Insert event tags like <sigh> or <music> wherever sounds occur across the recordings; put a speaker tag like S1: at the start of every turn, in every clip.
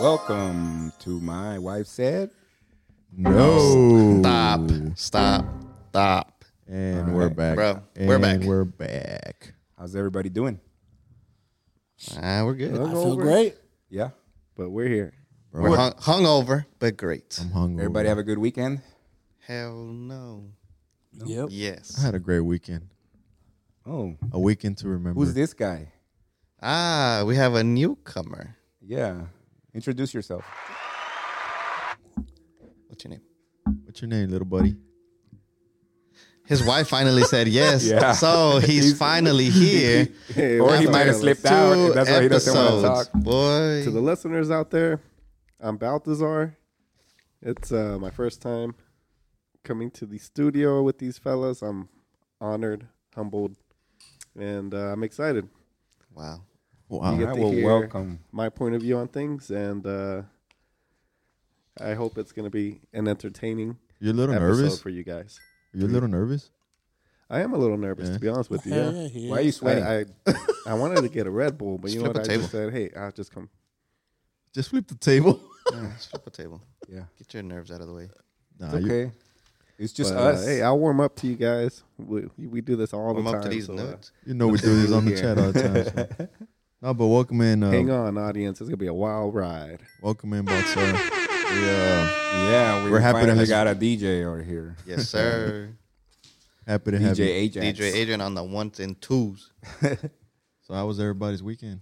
S1: Welcome to my wife said,
S2: No.
S3: Stop. Stop. Stop.
S2: And we're back.
S3: Bro,
S2: and
S3: we're back.
S2: We're back.
S1: "How's everybody doing?"
S3: Ah, we're good.
S4: I feel great.
S1: Yeah, but we're here.
S3: We're hung, hungover, but great.
S2: I'm hungover.
S1: Everybody have a good weekend.
S3: Hell no.
S4: Yep.
S2: I
S3: Yes.
S2: had a great weekend.
S1: Oh,
S2: A weekend to remember.
S1: who's this guy?
S3: Ah, we have a newcomer.
S1: Yeah, introduce yourself.
S3: What's your name?
S2: What's your name, little buddy?
S3: His wife
S1: <laughs>
S3: finally said yes.
S1: Yeah.
S3: So he's, <laughs> finally
S1: <laughs>
S3: here.
S1: Or he
S3: After
S1: might have slipped out.
S3: two
S1: and That's why he doesn't want to
S3: episodes.
S1: talk.
S3: Boy.
S5: to the listeners out there, I'm Balthazar. It's uh, my first time coming to the studio with these fellas. I'm honored, humbled, and uh, I'm excited.
S3: wow.
S2: Wow.
S5: You
S1: All
S5: get
S1: right,
S5: to
S1: well,
S5: hear
S1: welcome.
S5: My point of view on things, and uh, I hope it's going to be an entertaining
S2: You're a little
S5: episode
S2: nervous?
S5: for you guys.
S2: You're a little nervous?
S5: I am a little nervous, to be honest with you.
S4: Hell
S5: Yeah.
S4: yeah, he
S1: Why are
S4: is.
S1: you sweating?
S5: I, I, I wanted to get a Red Bull, but you know
S3: Flip
S5: what? I
S3: a
S5: just said, hey, I'll just come.
S2: Just flip the table.
S3: Let's flip a table.
S1: yeah,
S3: Get your nerves out of the way.
S2: nah,
S1: it's
S2: you-
S1: okay. It's just
S5: But, uh,
S1: us.
S5: hey, I'll warm up to you guys. We, we do this all
S3: Warm
S5: the time.
S3: up to these
S5: so, uh,
S1: <laughs>
S3: nudes.
S2: You know we do this on the chat all the time. so. No, but welcome in, uh,
S5: Hang on, audience. It's gonna be a wild ride.
S2: welcome in, Boxer. We, uh,
S1: yeah, we
S2: We're
S1: are
S2: happy to
S1: finally
S2: have-
S1: got a DJ over here.
S3: Yes, sir.
S2: happy to have
S1: DJ
S2: you.
S1: Ajax.
S3: DJ Adrian on the ones and twos.
S2: So, how was everybody's weekend?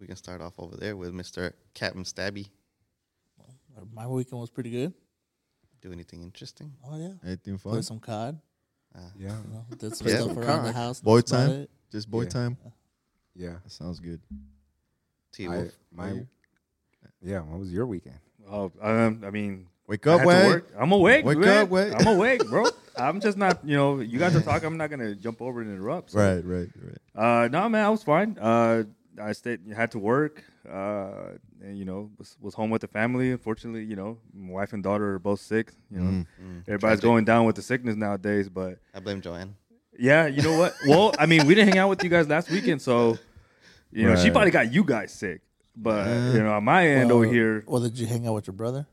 S3: We can start off over there with Mr. Captain Stabby.
S4: My weekend was pretty good.
S3: Do anything interesting?
S4: Oh yeah.
S2: Anything fun?
S4: Played some COD.
S1: Yeah,
S4: You know, did some
S3: Yeah,
S4: stuff
S3: some
S4: around the
S3: COD.
S4: house.
S2: Boy
S4: That's about
S2: time?
S4: it.
S2: Just boy
S1: Yeah.
S2: time?
S1: yeah.
S2: That sounds good.
S3: T
S1: I,
S3: Wolf.
S1: my, yeah. What was your weekend?
S6: Oh, um, I mean,
S2: Wake
S6: I
S2: up,
S6: had to
S2: Wayne.
S6: work. I'm awake.
S2: Wake
S6: man.
S2: up, Wade. <laughs>
S6: I'm awake, bro. I'm just not, you know, you guys are talking. I'm not gonna jump over and interrupt. so.
S2: Right, right, right.
S6: Uh, no, man, I was fine. Uh, I stayed, had to work. Uh, and, you know, was, was home with the family. Unfortunately, you know, my wife and daughter are both sick. You know,
S2: Mm.
S6: everybody's
S3: Tragic.
S6: going down with the sickness nowadays. But
S3: I blame Joanne.
S6: yeah, you know what? well, I mean, we didn't hang out with you guys last weekend, so you know, she
S2: Right.
S6: probably got you guys sick. But you know, on my end over
S4: Well,
S6: here,
S4: Uh, Well, did you hang out with your brother?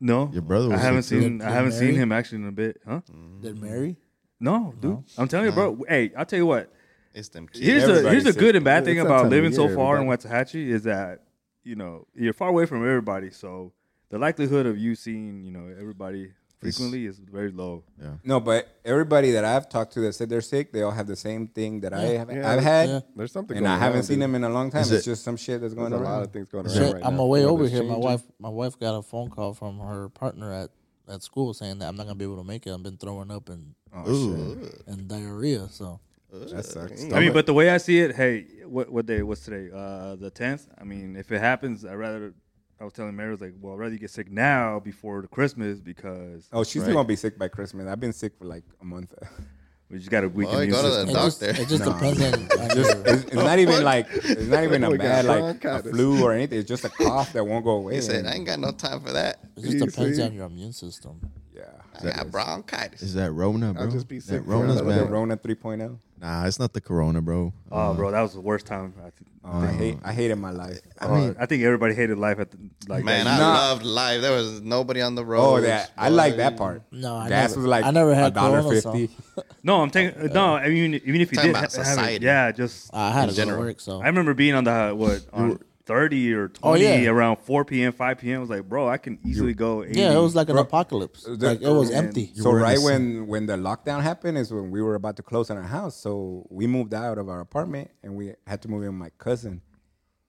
S6: no,
S2: Your brother
S6: I
S2: was
S6: haven't
S2: sick, too.
S6: seen. I
S4: Did
S6: haven't seen
S4: Mary?
S6: him actually in a bit, huh?
S4: Did Mary?
S6: No, dude. I'm telling you, bro. Hey, I'll tell you what.
S3: It's them kids.
S6: Here's a
S1: Everybody's
S6: here's a
S1: sick.
S6: good and bad
S5: It's
S6: thing
S5: that
S6: about
S5: time of
S6: living so
S5: year,
S6: far in Waxahachie is that you know you're far away from everybody, so the likelihood of you seeing you know everybody frequently is very low.
S1: No, but everybody that I've talked to that said they're sick, they all have the same thing that I have,
S5: Yeah.
S1: I've had,
S4: Yeah.
S5: There's something.
S1: and
S5: going
S1: I haven't
S5: on,
S1: seen
S5: dude.
S1: them in a long time.
S2: Is
S1: It's
S2: it-
S1: just some shit that's
S5: There's
S1: going
S5: a
S1: on.
S5: lot of things going
S4: Shit,
S5: around right
S4: I'm
S5: now.
S4: away over
S5: Weather's
S4: here. My
S5: changing.
S4: wife, my wife got a phone call from her partner at, at school saying that I'm not gonna be able to make it. I've been throwing up and
S2: Ooh.
S4: and diarrhea. So
S1: That sucks.
S6: I mean, but the way I see it, hey, what what day? What's today? Uh, the tenth. I mean, if it happens, I would rather. I was telling Mary, I was like, well, I'd rather you get sick now before the Christmas because
S1: Oh, she's still gonna be sick by Christmas. I've been sick for like a month. <laughs>
S6: we just got a weak
S3: Well,
S6: immune
S3: go to the
S6: system.
S3: Doctor.
S4: it just, it just depends on, on your-
S1: It's, it's not even like it's not even a
S5: We got
S1: bad like a
S5: bronchitis.
S1: flu or anything. It's just a cough that won't go away.
S3: He said,
S1: and-
S3: I ain't got no time for that.
S4: it just
S5: You
S4: depends
S5: see?
S4: on your immune system.
S1: yeah,
S3: I got bronchitis.
S2: Is that Rona, bro?
S5: I'll just be sick
S2: That
S5: for
S2: Rona's
S5: another
S2: bad.
S5: day.
S1: Rona oh. 3.0.
S2: Nah, it's not the Corona, bro.
S6: Oh, bro, that was the worst time. I, think
S1: Oh, I hate I hated my life.
S6: I, mean, I think everybody hated life at the like
S3: Man,
S6: that.
S3: I
S1: Nah.
S3: loved life. There was nobody on the road.
S1: Oh, that I like that part.
S4: No, I
S1: Gas
S4: never-
S1: was like
S4: I never had Corona, so-
S1: $1.50.
S6: No, I'm taking uh, no. I mean, even if you
S3: Talking
S6: did,
S3: about
S6: ha- have it-
S3: society.
S6: yeah, just
S4: I had to go to
S3: general.
S4: work, so
S6: I remember being on the what on thirty or
S4: Oh,
S6: twenty
S4: yeah.
S6: around four p.m., five p.m. I was like, bro, I can easily go. 80.
S4: yeah, it was like an apocalypse.
S1: Uh, the-
S4: Like it was
S6: man.
S4: empty.
S1: so
S2: were in
S1: right
S2: the
S1: when when the lockdown happened is when we were about to close on our house so we moved out of our apartment and we had to move in with my cousin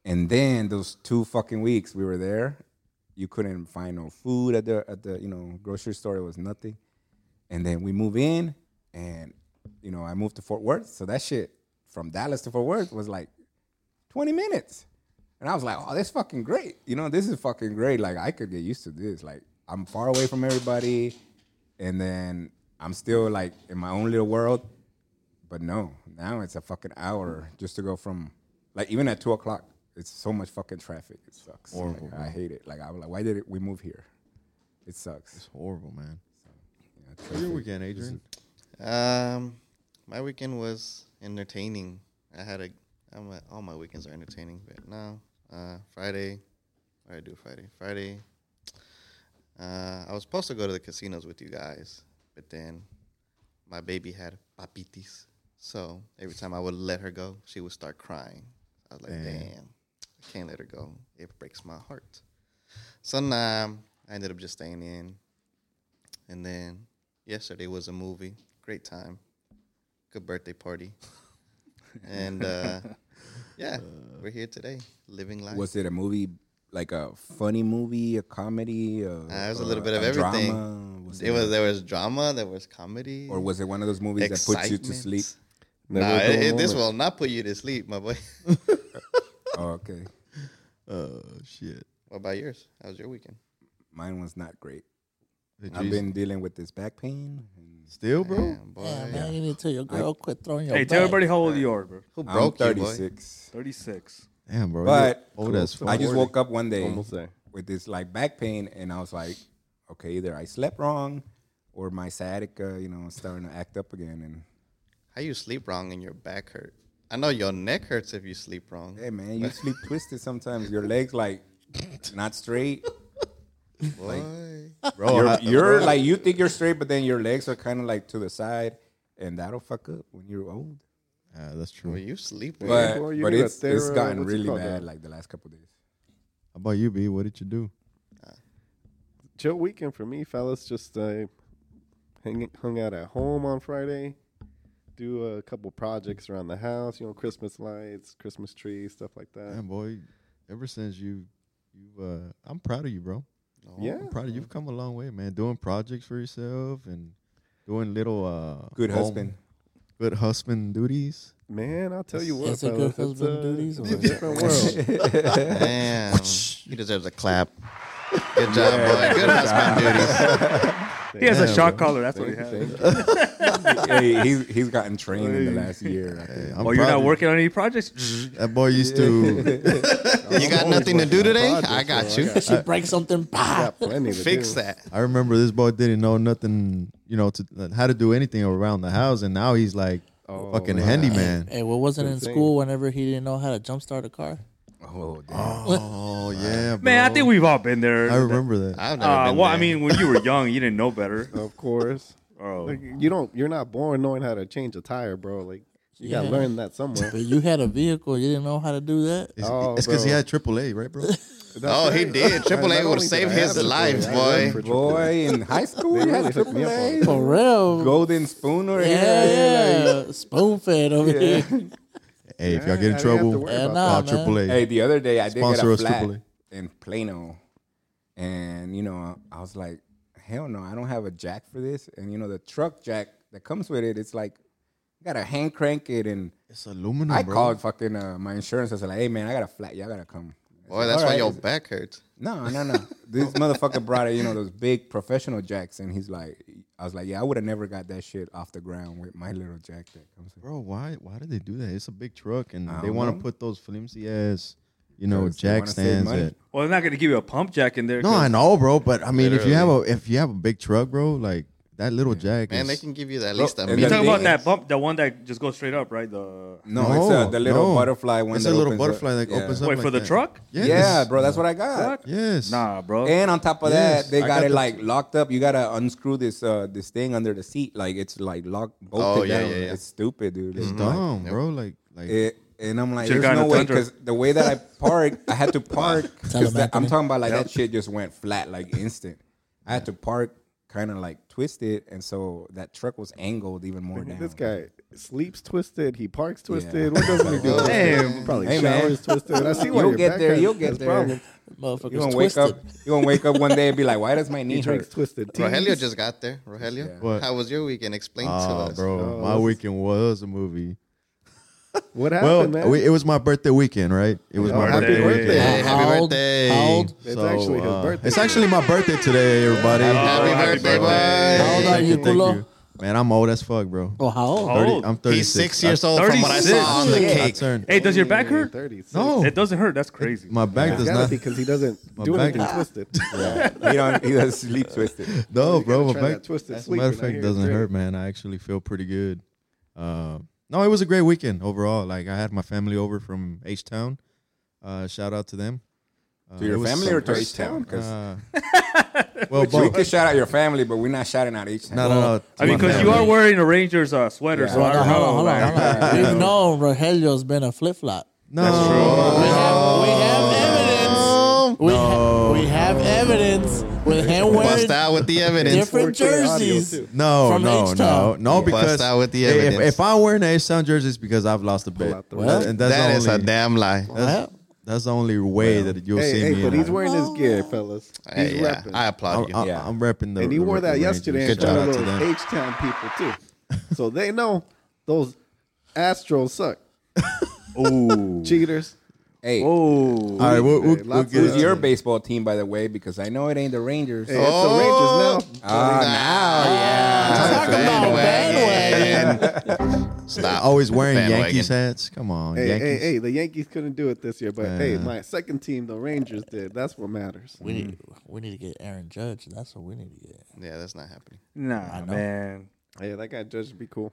S1: and then those two fucking weeks we were there you couldn't find no food at the at the you know grocery store it was nothing and then we move in and you know i moved to fort worth so that shit from dallas to fort worth was like 20 minutes and i was like oh this fucking great you know this is fucking great like i could get used to this like i'm far away from everybody and then i'm still like in my own little world but no now it's a fucking hour just to go from like even at 2 o'clock it's so much fucking traffic it sucks Like, i hate it like i was like why did it, we move here it sucks
S2: It's horrible, man.
S1: Yeah,
S2: Your
S1: traffic.
S2: weekend, Adrian.
S3: Um, my weekend was entertaining. I had a. I'm a all my weekends are entertaining, but no. Uh, Friday, What did I do Friday? Friday. Uh, I was supposed to go to the casinos with you guys, but then my baby had papitis. So every time I would let her go, she would start crying. I was like, damn, I can't let her go. It breaks my heart. So nah, I ended up just staying in. And then yesterday was a movie. Great time. Good birthday party. and uh, yeah, we're here today, living life.
S1: Was it a movie like a funny movie, a comedy? A,
S3: Uh, it was a little bit of everything.
S1: Drama? Was
S3: it was there was drama, there was comedy,
S1: or was it one of those movies that puts you to sleep?
S3: excitement.
S5: Never
S3: nah,
S5: a dull
S3: it- it- this
S5: moment.
S3: will not put you to sleep, my boy. <laughs>
S1: Oh, okay,
S2: Oh shit.
S3: what about yours? How was your weekend?
S1: mine was not great.
S2: Did
S1: I've
S2: you
S1: been dealing with this back pain. And
S2: still, bro?
S3: Damn, boy.
S4: Yeah, man, you need to. Your girl quit throwing your
S6: Hey, tell
S4: bag.
S6: everybody how old you are, bro.
S3: Who
S1: I'm
S3: broke you, boy?
S1: 36.
S6: Thirty six.
S2: Damn, bro.
S1: But-
S2: you're old as fuck.
S1: I just woke up one day
S5: Almost there.
S1: with this like back pain, and I was like, okay, either I slept wrong, or my sciatica, you know, is starting to act up again. And
S3: How you sleep wrong and your back hurt? I know your neck hurts if you sleep wrong.
S1: hey, man, you sleep twisted sometimes. Your legs like not straight.
S3: boy.
S2: bro.
S1: you're,
S2: I-
S1: you're like you think you're straight, but then your legs are kind of like to the side, and that'll fuck up when you're old.
S2: Ah, that's
S3: Well,
S2: true.
S3: you
S1: <laughs>
S3: sleep weird.
S1: But,
S5: well, you
S1: but
S5: need a
S1: it's it's
S5: thera-
S1: gotten
S5: what's it
S1: really
S5: called,
S1: bad
S5: uh,
S1: like the last couple days.
S2: How about you, B? What did you do?
S5: chill weekend for me, fellas. Just uh, hang, hung out at home on Friday, do a couple projects around the house. You know, Christmas lights, Christmas trees, stuff like that.
S2: Damn, boy. Ever since you, you, uh, I'm proud of you, bro.
S3: No.
S5: Yeah,
S2: I'm proud of you. You've come a long way, man. Doing projects for yourself and doing little uh,
S1: Good
S2: home-
S1: husband.
S2: good husband duties.
S5: man. I'll tell you what,
S4: It's a
S5: fellas,
S4: good husband
S5: uh,
S4: duties
S5: It's a
S4: or-
S5: different
S4: <laughs>
S5: world.
S3: Damn. he deserves
S1: <laughs>
S3: a clap. Good job, boy. Good husband duties.
S6: He has a
S2: Damn,
S6: shock
S2: bro.
S6: collar. That's what he
S5: Thank
S6: has.
S5: you.
S1: hey, he's he's gotten trained in the last year. I think.
S2: Hey, I'm
S6: Oh, you're
S2: proud
S6: not
S2: of you.
S6: working on any projects?
S2: That boy used to.
S3: You got nothing to do today? I got you.
S4: She breaks something. Bah!
S5: Got plenty to
S3: Fix
S5: do.
S3: that.
S2: I remember this boy didn't know nothing, you know, to uh, how to do anything around the house, and now he's like
S5: Oh,
S2: fucking
S5: wow.
S2: handyman.
S4: Hey, what wasn't in
S5: Insane.
S4: school whenever he didn't know how to jumpstart a car?
S1: Oh damn!
S2: Oh yeah, bro.
S6: Man, I think we've all been there.
S2: I remember that.
S3: I've never
S6: Uh,
S3: been
S6: well, I
S3: there.
S6: mean, when you were young, you didn't know better.
S5: Of course.
S6: Oh,
S5: Like, you don't. You're not born knowing how to change a tire, bro. Like you gotta
S4: Yeah.
S5: learn that somewhere.
S4: <laughs> But you had a vehicle. You didn't know how to do that.
S2: It's
S5: Oh,
S2: because he
S5: bro.
S2: had AAA, right, bro?
S1: <laughs>
S3: Oh, he did. Triple
S5: Not
S3: A would
S5: only
S3: save
S5: did I
S3: his
S5: have AAA,
S3: life,
S5: I
S3: boy.
S5: worked for AAA.
S1: Boy, in high school you had
S5: really hooked me
S1: triple
S5: up on
S1: A's?
S4: For real.
S1: golden spoon or
S4: yeah, yeah. Spoon fed over
S2: hey,
S4: here.
S2: if y'all
S5: Yeah, I
S2: get in
S5: didn't have to
S2: trouble, uh,
S5: worry
S4: Yeah,
S5: about
S4: Eh, nah.
S2: call AAA.
S4: man.
S1: Hey, the other day I did
S2: Sponsor us,
S1: get a flat
S2: AAA.
S1: in Plano, and you know I was like, hell no, I don't have a jack for this. And you know the truck jack that comes with it, it's like you gotta hand crank it. And
S2: it's aluminum,
S1: I
S2: bro.
S1: called fucking uh, my insurance. I said like, hey man, I got a flat. Y'all gotta come. I
S3: Boy,
S1: said,
S3: that's
S1: "All
S3: why
S1: right."
S3: your back hurts.
S1: No, no, no. <laughs> this motherfucker brought it, you know, those big professional jacks, and he's like, I was like, yeah, I would have never got that shit off the ground with my little jack that comes. with
S2: bro. Why? Why did they do that? It's a big truck, and they
S1: don't
S2: want
S1: know.
S2: to put those flimsy ass, you know,
S1: Because they
S2: jack
S1: wanna save
S2: stands.
S1: money.
S2: At,
S6: well, they're not gonna give you a pump jack in there.
S2: no,
S6: 'cause-
S2: I know, bro. But I mean, if you have a if you have a big truck, bro, like that little jack.
S3: Man, they
S2: is,
S3: can give you at least a
S1: and
S3: minute.
S1: the
S6: You talking about
S1: thing
S6: that bump, the one that just goes straight up, right? The
S1: No, it's uh, the little
S2: no.
S1: butterfly one.
S2: It's
S1: that
S2: a little
S1: opens up.
S2: butterfly that
S1: Yeah.
S2: opens up
S6: wait
S2: like
S6: for the
S2: that.
S6: truck.
S2: Yes.
S1: Yeah, bro, that's what I got.
S6: What?
S2: Yes.
S6: Nah, bro.
S1: And on top of
S2: Yes,
S1: that, they
S2: I
S1: got,
S2: got
S1: it
S2: the-
S1: like locked up. You gotta unscrew this uh this thing under the seat, like it's like locked bolted
S3: Oh, yeah,
S1: down.
S3: yeah, yeah.
S1: It's stupid, dude.
S2: It's
S1: It's dumb.
S2: dumb, bro. Like, like
S1: It, and I'm like,
S6: Should've
S1: there's no
S6: gotten a
S1: way
S6: Tundra.
S1: because the way
S5: <laughs>
S1: that I parked, I had to park.
S4: Tell
S1: 'cause
S4: him,
S1: that- I'm
S4: Anthony.
S1: talking about like that shit just went flat like instant. I had to park kind of like twisted, and so that truck was angled even more down.
S5: This guy sleeps twisted. He parks twisted. What doesn't he
S1: <laughs>
S5: do?
S6: Damn.
S5: Probably
S1: Hey, man.
S5: showers twisted.
S1: <laughs>
S5: I see why
S1: You'll
S5: your
S1: get
S5: back
S1: there,
S5: has-
S1: you'll get
S5: has
S1: there.
S5: problems.
S1: You
S4: Motherfucker's
S1: gonna wake
S4: twisted.
S1: up? You gonna wake up one day and be like, why does
S5: <laughs>
S1: my knee
S5: He drinks
S1: hurt? <laughs>
S5: twisted tea.
S3: Rogelio just got there. Rogelio,
S2: What?
S3: how was your weekend? Explain to
S2: ah,
S3: us.
S2: bro,
S5: Oh,
S2: my
S5: this is-
S2: weekend was a movie.
S5: What
S2: Well,
S5: happened, man?
S2: we, it was my birthday weekend, right? It was
S5: Oh,
S2: my
S5: happy
S2: birthday.
S5: birthday.
S2: weekend. uh,
S3: Hey, happy
S4: How old-
S3: birthday.
S4: How old,
S5: It's actually his birthday.
S2: It's actually my birthday today, everybody.
S3: Happy,
S6: happy
S3: birthday,
S6: birthday.
S4: how old are
S2: Thank
S4: you,
S2: you, thank
S4: culo?
S2: you. Man, I'm old as fuck, bro.
S4: Oh, how old?
S6: How old?
S2: I'm 36.
S3: boy. He's six years
S2: I-
S3: old from what I saw
S6: 36.
S3: on the
S2: I
S3: cake.
S2: turned-
S6: Hey, does your back
S5: Only
S6: hurt?
S5: 36.
S2: No,
S6: It doesn't hurt. That's crazy.
S2: my back
S5: It's
S2: does
S5: gotta
S2: not.
S5: be because he doesn't
S2: My
S5: do
S2: back
S5: anything
S2: is-
S5: twisted. <laughs>
S1: he don't. He does sleep twisted.
S5: Uh,
S2: No, bro,
S5: try
S2: my
S5: that
S2: back.
S5: twisted
S2: As a
S5: sleep
S2: matter of
S5: and I
S2: fact,
S5: hear
S2: doesn't
S5: it's
S2: hurt, man. I actually feel pretty good. Uh, no, it was a great weekend overall. Like I had my family over from H Town. Uh, shout out to them. Uh,
S1: To
S2: it
S1: your
S2: was
S1: family
S2: some-
S1: or to
S5: first
S1: H Town? Because
S5: <laughs>
S2: Uh, well,
S1: we
S2: both.
S1: could shout out your family, but we're not shouting out H Town.
S2: No, no, no.
S6: I mean,
S2: to my
S6: because you
S2: family.
S6: are wearing a Rangers uh, sweater,
S1: Yeah.
S6: so I
S4: Hold on,
S6: don't
S4: hold
S6: know.
S4: on, hold on,
S6: like-
S4: hold on. We've known Rogelio's been a flip flop.
S2: No,
S4: We have, we have evidence. We, ha- we have evidence with him
S3: Bust
S4: wearing
S3: out with the evidence.
S4: different
S5: 4K audio,
S4: jerseys.
S5: too.
S2: No,
S4: From
S2: no, no,
S4: H-Town.
S2: no, because
S3: Bust out with the
S2: if,
S3: evidence.
S2: if I'm wearing an H Town jersey, it's because I've lost a bet.
S5: out the
S2: Well,
S5: red.
S2: and that's
S3: That
S2: the
S3: is
S2: only,
S3: a damn lie.
S2: That's, that's the only way that you'll see
S5: Hey,
S2: me.
S5: hey, but
S2: in
S5: he's
S2: a-
S5: wearing his gear, fellas. He's
S3: Hey, yeah,
S5: repping.
S3: I
S2: I'm,
S3: applaud you.
S2: I'm,
S1: Yeah.
S2: I'm repping the.
S5: and he wore
S2: the
S5: that
S2: Rangers.
S5: yesterday in
S2: Good
S5: front
S2: job
S5: of
S2: to
S5: those
S2: them.
S5: H Town people
S2: <laughs>
S5: too. so they know those Astros suck.
S6: Ooh.
S5: Cheaters.
S1: Hey,
S6: Ooh.
S2: All right, we'll, we'll,
S5: Hey,
S2: we'll
S5: lots
S2: get
S5: of-
S1: who's your baseball team, by the way? Because I know it ain't the Rangers.
S5: Hey, it's the Rangers now.
S1: Ah, now, yeah.
S4: Talk about bandwagon.
S3: <laughs> Stop.
S1: Oh.
S2: always wearing
S3: Bandwagon.
S2: Yankees hats. Come on,
S5: Hey, hey,
S2: Yankees.
S5: hey, the Yankees couldn't do it this year, but
S3: Uh.
S5: hey, my second team, the Rangers, did. That's what matters.
S4: We need, we need to get Aaron Judge. That's what we need to get.
S3: Yeah, that's not happening.
S6: Nah, man.
S5: Hey, that guy Judge would be cool.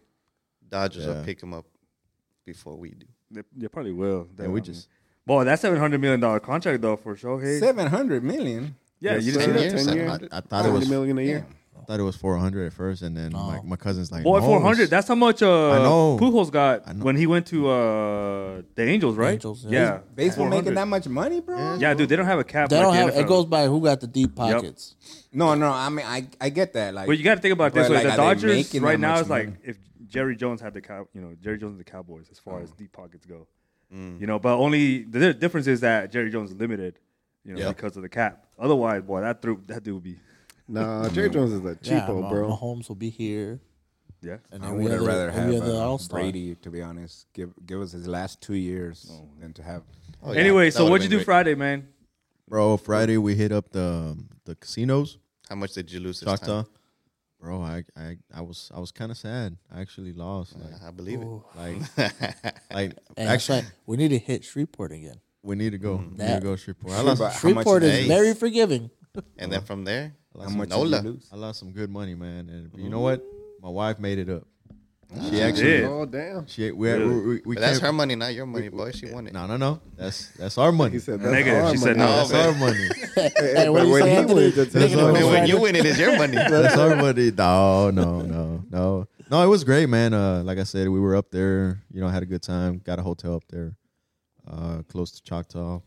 S3: Dodgers
S2: Yeah.
S3: will pick him up before we do.
S6: They, they probably will. They,
S2: Yeah, we
S6: I
S2: just-
S6: mean- boy, that seven hundred million dollar contract though for Shohei.
S1: Seven hundred million.
S6: Yeah,
S5: Yes,
S6: you
S5: sir.
S6: didn't
S3: Ten
S6: see that?
S3: years?
S5: Ten
S3: I-
S5: years.
S2: I, I thought it
S5: 70
S2: was
S5: million a year.
S2: I thought it was 400 at first, and then my,
S4: No.
S2: my cousin's like,
S6: Boy,
S2: no,
S6: four hundred.
S2: it's-
S6: That's how much uh,
S2: I know.
S6: Pujols got
S2: I know.
S6: when he went to uh, the Angels, right?
S4: Angels, yeah.
S6: yeah.
S1: Baseball making
S6: 400.
S1: that much money, bro?
S6: Yeah, dude, they don't have a cap.
S4: They
S6: like
S4: don't
S6: the
S4: have. It
S6: NFL.
S4: goes by who got the deep pockets.
S1: No, no. I mean, I, I get that. Like,
S6: But you got to think about it this
S1: But,
S6: way:
S1: like,
S6: the
S1: are they
S6: Dodgers
S1: making
S6: right
S1: that
S6: now
S1: much
S6: is like
S1: money?
S6: if Jerry Jones had the cow, you know, Jerry Jones and the Cowboys as far as deep pockets go. You know, but only the di- difference is that Jerry Jones is limited, you know,
S3: Yeah.
S6: because of the cap. Otherwise, boy, that threw that dude would be
S5: Nah, Jerry
S3: Mm.
S5: Jones is a
S4: Yeah,
S5: cheapo,
S4: Ma-
S5: bro.
S4: Mahomes will be here.
S6: yeah.
S4: And
S1: I
S4: every
S1: would have
S4: other-
S1: rather have
S4: every other
S1: uh,
S4: All-Star.
S1: Brady, to be honest. Give give us his last two years than to have.
S3: Oh, yeah,
S6: anyway,
S3: that
S6: so
S3: would've
S6: what'd you do
S3: been great.
S6: Friday, man?
S2: bro. Friday we hit up the the casinos,
S3: How much did you lose this
S2: Choctaw.
S3: time?
S2: Bro, I, I I was I was kind of sad. I actually lost.
S3: I believe it.
S2: Like like
S3: <laughs>
S2: like
S4: And
S2: actually,
S4: actually, that's right. we need to hit Shreveport again.
S2: we need to go.
S3: Mm,
S2: We need to
S4: That-
S2: go Shreveport. I lost,
S1: But how much
S4: Shreveport is
S1: did-
S3: Hey.
S4: very
S5: <laughs>
S4: forgiving.
S3: And then from there,
S1: How much did
S3: Nola.
S1: you lose?
S2: I lost some good money, man. And you know what? My wife made it up. She actually
S6: Did.
S5: Oh, damn.
S2: she we we, we, we
S3: But that's her
S2: came-
S3: money, not your money, boy. She won it.
S2: No, no, no. That's that's our money.
S5: He said that's
S6: Negative.
S5: our
S6: She
S5: money.
S6: said no.
S3: Oh,
S2: that's
S3: man.
S2: our money.
S4: Hey, what do you
S5: when
S4: say
S5: he
S4: after
S5: wins,
S4: this?
S5: it's his
S4: Negative
S5: own.
S3: And
S4: goes
S3: when
S4: right
S3: you
S4: in-
S3: win it, it's your <laughs> money.
S1: <laughs>
S3: Uh,
S2: That's everybody. No, no, no, no, no. It was great, man. Uh, like I said, we were up there. You know, had a good time. Got a hotel up there, uh, close to Choctaw.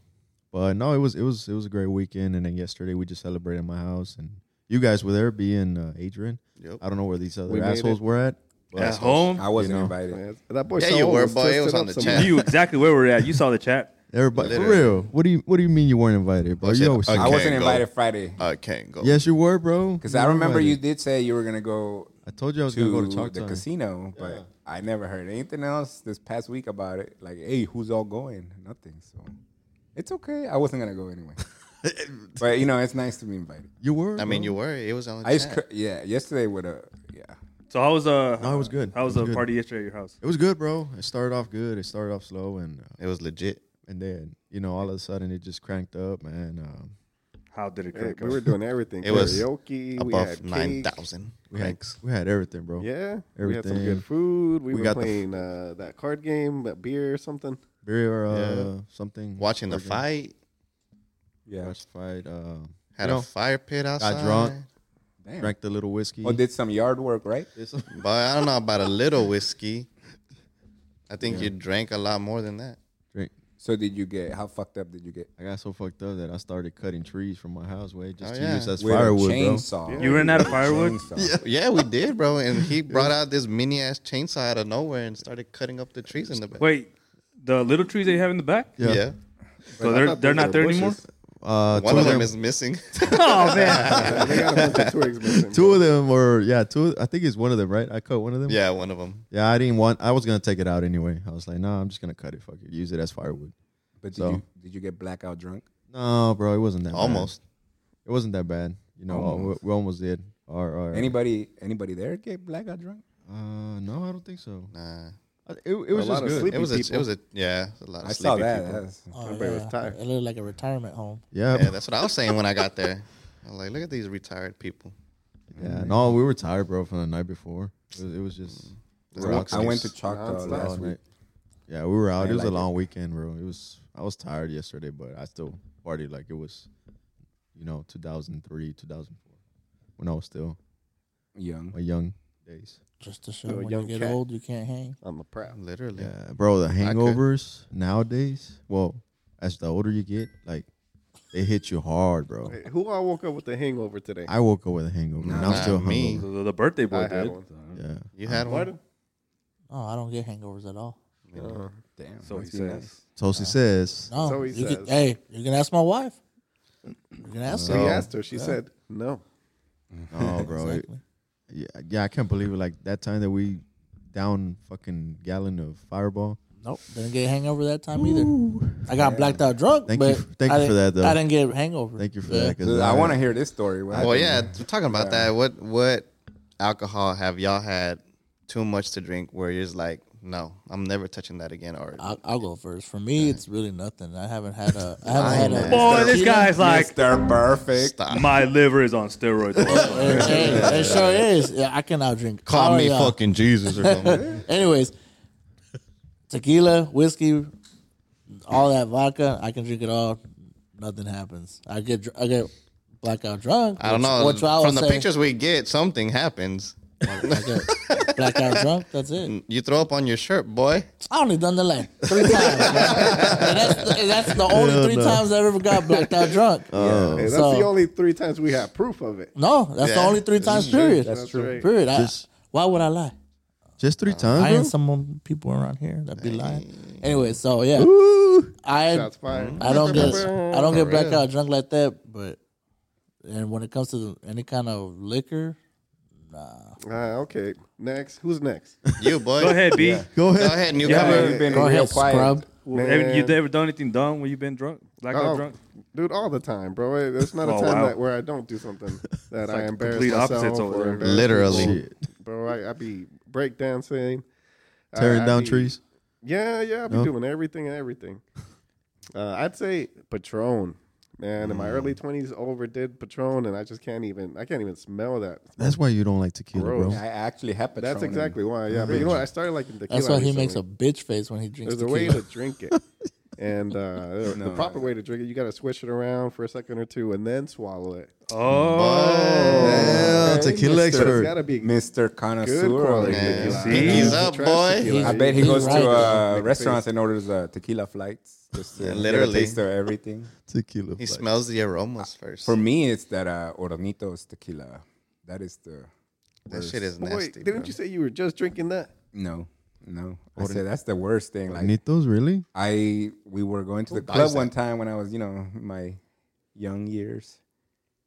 S2: But no, it was it was it was a great weekend. And then yesterday we just celebrated at my house, and you guys were there, being uh, Adrian.
S3: Yep.
S2: I don't know where these other
S5: We made
S2: assholes
S5: it.
S2: were at.
S6: At home,
S1: I wasn't
S2: know.
S1: invited.
S5: Man, That boy
S3: Yeah,
S5: Saul
S3: you were,
S5: was
S3: boy. It
S5: twisted
S3: was on
S5: up
S3: the
S5: some-
S3: chat.
S6: you knew exactly where we're at. You saw the chat.
S2: Everybody,
S3: Literally.
S2: for real. What do you what do you mean you weren't invited, bro?
S3: I
S2: You
S3: said,
S2: always
S3: okay.
S1: I wasn't
S3: go.
S1: invited Friday
S3: I can't go.
S2: yes, you were, bro.
S1: because
S2: You
S1: I
S2: were
S1: remember you
S2: invited.
S1: did say you were gonna go
S2: I told you I was
S1: to
S2: gonna go to
S1: the
S2: Choctaw.
S1: casino, but I never heard anything else this past week about it. Like, hey, who's all going? Nothing. So it's okay. I wasn't gonna go anyway.
S2: <laughs>
S1: but you know, it's nice to be invited.
S2: You were.
S3: I mean,
S2: bro.
S3: you were. It was on the
S1: I just
S3: chat.
S1: cou- yeah. Yesterday with a yeah.
S6: So how was uh?
S2: No, it was good.
S6: How was
S2: It was
S6: the
S2: good.
S6: party yesterday at your house?
S2: It was good, bro. It started off good. It started off slow, and uh,
S3: It was legit.
S2: and then you know all of a sudden it just cranked up, man. Um,
S6: How did it
S5: Hey,
S6: crack
S5: we
S6: up?
S5: were doing everything.
S3: It was
S5: karaoke. We
S3: Above
S5: had nine
S3: nine thousand.
S5: thousand.
S2: we had we had everything, bro.
S5: Yeah, we had some
S2: Everything.
S5: good food. We,
S2: We
S5: were
S2: got the f-
S5: playing uh, that card game, that beer or
S3: <laughs>
S5: something.
S2: beer, uh,
S3: Yeah.
S2: something.
S3: Watching the
S2: Burger.
S3: fight.
S1: Yeah.
S2: Watched the fight. Uh,
S3: Had
S2: you know,
S3: a fire pit outside.
S2: drunk.
S1: Damn.
S2: drank the little whiskey.
S1: Or did some yard work, right?
S3: But I don't know about a little whiskey. I think you drank a lot more than that.
S2: Drink.
S1: So did you get? How fucked up did you get?
S2: I got so fucked up that I started cutting trees from my house way just
S3: Oh,
S2: to
S3: yeah.
S2: use as
S1: With a
S2: firewood, bro.
S1: chainsaw.
S6: You ran out of firewood.
S1: Chainsaw.
S3: <laughs> Yeah, we did, bro. And <laughs> he brought out this mini ass chainsaw out of nowhere and started cutting up the trees in the back.
S6: Wait, the little trees that you have in the back.
S3: yeah.
S6: So they're
S5: thought
S6: they're
S5: those
S6: not
S5: were
S6: there
S5: bushes.
S6: anymore.
S2: Uh,
S3: One
S2: two
S3: of them is missing.
S6: Oh man.
S5: Yeah, they got a bunch of twigs missing.
S2: two of them were yeah. Two. I think it's one of them, right? I cut one of them.
S3: <laughs> yeah, one of them.
S2: Yeah, I didn't want. I was gonna take it out anyway. I was like, no, I'm just gonna cut it. Fuck it. Use it as firewood.
S1: But did
S2: So-
S1: you did you get blackout drunk?
S2: No, bro, it wasn't that bad.
S3: Almost.
S2: It wasn't that bad. You know, uh,
S1: Almost.
S2: We, we almost did. Or, or
S1: Anybody anybody there get blackout drunk?
S2: Uh, no, I don't think so.
S3: Nah.
S2: I- It, it was just
S5: lot of
S2: good.
S5: sleep.
S3: It was a
S5: people.
S3: it was a yeah, a lot of
S1: I
S3: sleepy
S1: saw that.
S3: people.
S1: That's-
S4: Oh,
S5: Everybody was
S4: yeah.
S5: tired.
S4: It looked like a retirement home.
S2: Yeah,
S3: Yeah, that's what I was saying when I got there. I was like, look at these retired people.
S2: yeah. No, we were tired, bro, from the night before. It was, it was just. we were
S1: I
S2: out
S1: went- I went to
S2: sleep
S1: Choctaw
S5: Non-stop.
S1: last
S2: all
S1: week.
S2: night. Yeah, we were out.
S1: I
S2: It was a
S1: like it.
S2: long weekend, bro. It was. I was tired yesterday, but I still party like it was, you know, 2003, 2004, when I was still
S1: Young.
S2: my young days.
S4: Just to show
S5: You're a
S4: when
S5: Oh, young
S4: you get
S5: cat.
S4: old, you can't hang.
S5: on the prowl.
S3: Literally.
S2: Yeah, bro, the
S3: could-
S2: hangovers nowadays. Well, as the older you get, like they hit you hard, bro.
S5: Hey, who all woke up with a hangover today?
S2: I woke up with a hangover, and I'm
S3: Nah,
S2: still
S3: me.
S2: hungover.
S6: The, the birthday boy
S5: I had
S6: did.
S5: one.
S6: so-
S2: Yeah,
S3: You had one?
S5: Pardon?
S4: Oh, I don't get hangovers at all.
S5: Uh,
S1: Damn.
S6: So he
S1: must be
S6: says.
S2: Toasty says,
S4: <laughs> No,
S5: So he
S4: you
S5: says.
S4: Can, hey, you can ask my wife. You can ask
S5: so
S4: her.
S5: he asked her. She said no.
S2: "No, bro, it-
S4: Exactly.
S2: yeah, yeah, I can't believe it. Like that time that we down fucking gallon of Fireball.
S4: Nope, didn't get a hangover that time either. I got blacked out drunk.
S2: Thank you
S4: but
S2: f- thank
S4: I
S2: you for
S4: didn't-
S2: that, though.
S4: I didn't get a hangover.
S2: Thank you for
S4: Yeah.
S2: that.
S1: nice.
S2: 'cause
S1: I want to hear this story. What
S3: Well,
S1: happened?
S3: yeah. t- Talking about that, what what alcohol have y'all had too much to drink where you're just like, no, I'm never touching that again? Or
S4: I'll, I'll go first. For me, it's really nothing. I haven't had a. I haven't had
S3: Lying
S4: a.
S3: ass.
S6: Boy, Oh, this
S4: tequila.
S6: guy's like,
S1: Mr. Perfect.
S3: stop.
S6: my liver is on steroids.
S4: Hey, hey,
S2: <laughs>
S4: it sure is. Yeah, I can outdrink.
S3: Call
S4: all
S3: me
S4: y'all.
S3: fucking Jesus or
S4: <laughs>
S3: something.
S4: Anyways, tequila, whiskey, all that vodka, I can drink it all. Nothing happens. I get dr- I get blackout drunk.
S3: I don't
S4: which-
S3: know.
S4: which I would
S3: From the
S4: say-
S3: pictures we get, something happens.
S4: I get blackout drunk.
S2: <laughs>
S4: That's it.
S3: You throw up on your shirt, boy.
S4: I only done the like three times. man. And that's, the, and that's the only three times I've ever got blacked
S3: <laughs>
S4: out drunk.
S3: Uh,
S6: Oh.
S5: Hey, that's
S4: So-
S5: the only three times we have proof of it.
S4: no, that's the
S3: Yeah,
S4: only three times. Period.
S5: That's true.
S4: Period. I,
S2: Just-
S4: why would I lie?
S2: Just three
S4: I
S3: Uh-huh.
S4: ain't
S2: times, bro.
S4: some people around here that be lying. Anyway, so yeah, I
S5: Shots fired.
S4: I don't get I don't get
S3: For
S4: blackout
S3: real.
S4: drunk like that. But and when it comes to the, any kind of liquor, Mm-hmm.
S5: Ah, okay. Next. Who's
S6: <laughs>
S5: next?
S3: You, boy.
S6: Go ahead, B.
S2: Go
S3: Go
S2: ahead.
S3: ahead, new
S1: You
S3: guy.
S1: haven't been
S4: go
S1: real
S4: ahead,
S1: quiet.
S4: scrub.
S6: Have you
S5: Man.
S6: ever done anything dumb when you've been drunk? Blackout
S5: Oh,
S6: drunk?
S5: Dude, all the time, bro. It- It's not a
S6: Oh,
S5: time
S6: wow.
S5: that where I don't do
S6: <laughs>
S5: something that I
S6: like
S5: embarrass
S6: complete
S5: myself
S6: opposites over
S5: or
S6: there.
S3: <laughs>
S5: embarrass
S3: Literally.
S5: people.
S2: Shit.
S5: bro. I, I be breakdancing, I-
S2: Tearing
S5: I
S2: down
S5: be-
S2: trees.
S5: Yeah, yeah, I be
S2: No?
S5: doing everything and everything. Uh, I'd say Patron, man.
S6: Mm.
S5: In my early twenties, overdid Patron, and I just can't even. I can't even smell that.
S2: That's why you don't like tequila,
S5: Gross.
S2: bro.
S1: I actually have Patron.
S5: That's exactly why. Yeah, but you know what? I started liking tequila.
S4: That's why he makes a
S5: recently.
S4: bitch face when he drinks
S5: There's a
S4: tequila.
S5: way to drink it, and uh,
S1: <laughs>
S5: the proper way to drink it, you got to swish it around for a second or two, and then swallow it.
S6: Oh.
S2: Hell,
S1: Okay,
S2: tequila
S1: Mr.
S5: So it's
S2: expert.
S5: got to be
S1: Mr.
S5: good
S1: Connoisseur. over
S5: quality.
S1: here.
S3: Yeah.
S5: tequila.
S6: See? He's
S5: Trash
S3: up, boy.
S1: I
S5: tequila.
S1: bet he
S4: He's
S1: goes
S4: right.
S1: to uh,
S5: Make a
S1: restaurants and orders uh, tequila flights. Just to literally
S3: Literally.
S1: get a taste of everything.
S2: Tequila.
S3: He
S2: flight.
S3: smells the aromas first.
S1: For me, it's that uh, Ornitos tequila. That is the
S3: that shit is
S5: Boy,
S3: nasty. bro.
S5: didn't you say you were just drinking that?
S1: no, no. I say that's the worst thing. Like
S2: Nitos, really?
S1: I we were going to the
S3: buys
S1: club
S3: that?
S1: one time when I was, you know, my young years.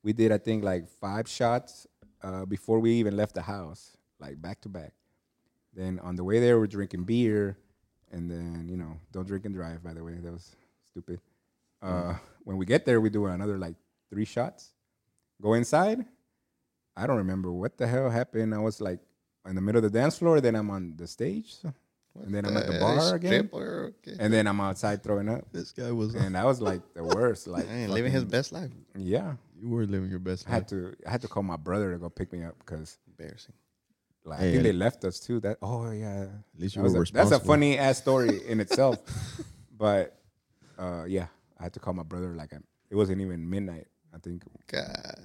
S1: We did I think like five shots uh, before we even left the house, like back to back. Then on the way there, we're drinking beer, and then you know, don't drink and drive. By the way, that was stupid. Uh, When we get there, we do another like three shots. Go inside. I don't remember what the hell happened. I was like in the middle of the dance floor. Then I'm on the stage, and then I'm at the
S3: Uh,
S1: bar again
S3: stripper, okay.
S1: and then I'm outside throwing up,
S2: This guy was. uh,
S1: and that was like the worst. Like,
S3: Hey, living his
S1: fucking-
S3: best life.
S1: yeah,
S2: You were living your best
S1: I
S2: life.
S1: had to I had to call my brother to go pick me up because
S3: Embarrassing.
S1: like
S2: Hey,
S1: I think
S2: hey.
S1: they left us too. That oh yeah,
S2: At least you
S1: That was
S2: were
S1: a- that's a
S2: responsible.
S1: funny ass story in itself.
S2: <laughs>
S1: But uh, yeah, I had to call my brother. Like I, it wasn't even midnight, I think,
S3: God.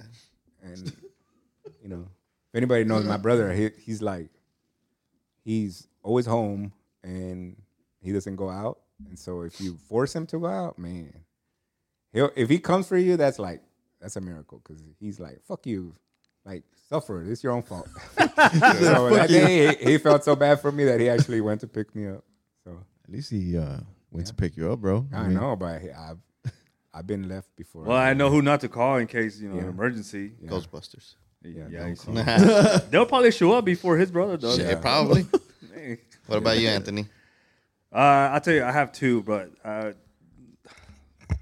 S1: and you know, if anybody knows my brother, he, he's like he's always home and he doesn't go out. And so if you force him to go out, man, he'll if he comes for you, that's like that's a miracle because he's like fuck you, like suffer. It's your own fault. <laughs> so that day he, he felt so bad for me that he actually went to pick me up. So
S2: At least he uh, went to pick you up, bro.
S1: I
S2: mean,
S1: know, but he, I've I've been left before.
S6: Well, I know who not to call in case, you know, emergency.
S1: Yeah.
S3: Ghostbusters.
S6: Yeah,
S1: don't
S6: you see.
S3: Shit,
S6: <laughs> They'll probably show up before his brother does.
S3: probably.
S6: Hey.
S3: What about you, Anthony?
S6: Uh, I'll tell you, I have two, but uh,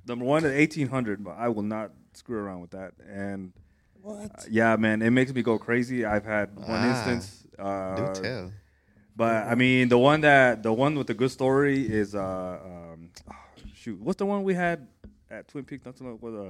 S6: number one is 1800, but I will not screw around with that. And
S4: What?
S6: uh, yeah, man, it makes me go crazy. I've had one
S3: Ah,
S6: instance. Uh,
S3: Do tell.
S6: But I mean, the one that the one with the good story is uh, um, shoot, what's the one we had at Twin Peaks? Not too long. What uh,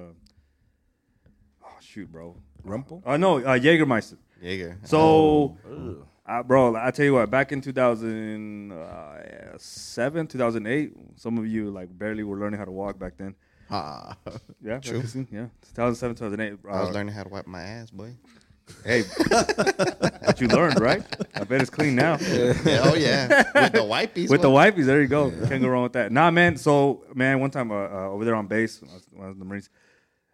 S6: oh shoot, bro.
S1: Rumple.
S6: Uh, no, uh, Jägermeister.
S3: Jaeger.
S6: So,
S3: Oh.
S6: uh, bro, I tell you what. Back in 2007, 2008, some of you like barely were learning how to walk back then.
S2: Ah.
S6: Yeah, true. Yeah, 2007, 2008. Uh,
S3: I was learning how to wipe my ass, boy. <laughs>
S6: Hey, but you learned, right? I bet it's clean now.
S3: Yeah, oh yeah, with the wipies.
S6: With the
S3: boy.
S6: wifeys, there you go. Can't go wrong with that. Nah, man. So, man, one time uh, uh, over there on base, when I was, when I was in the Marines,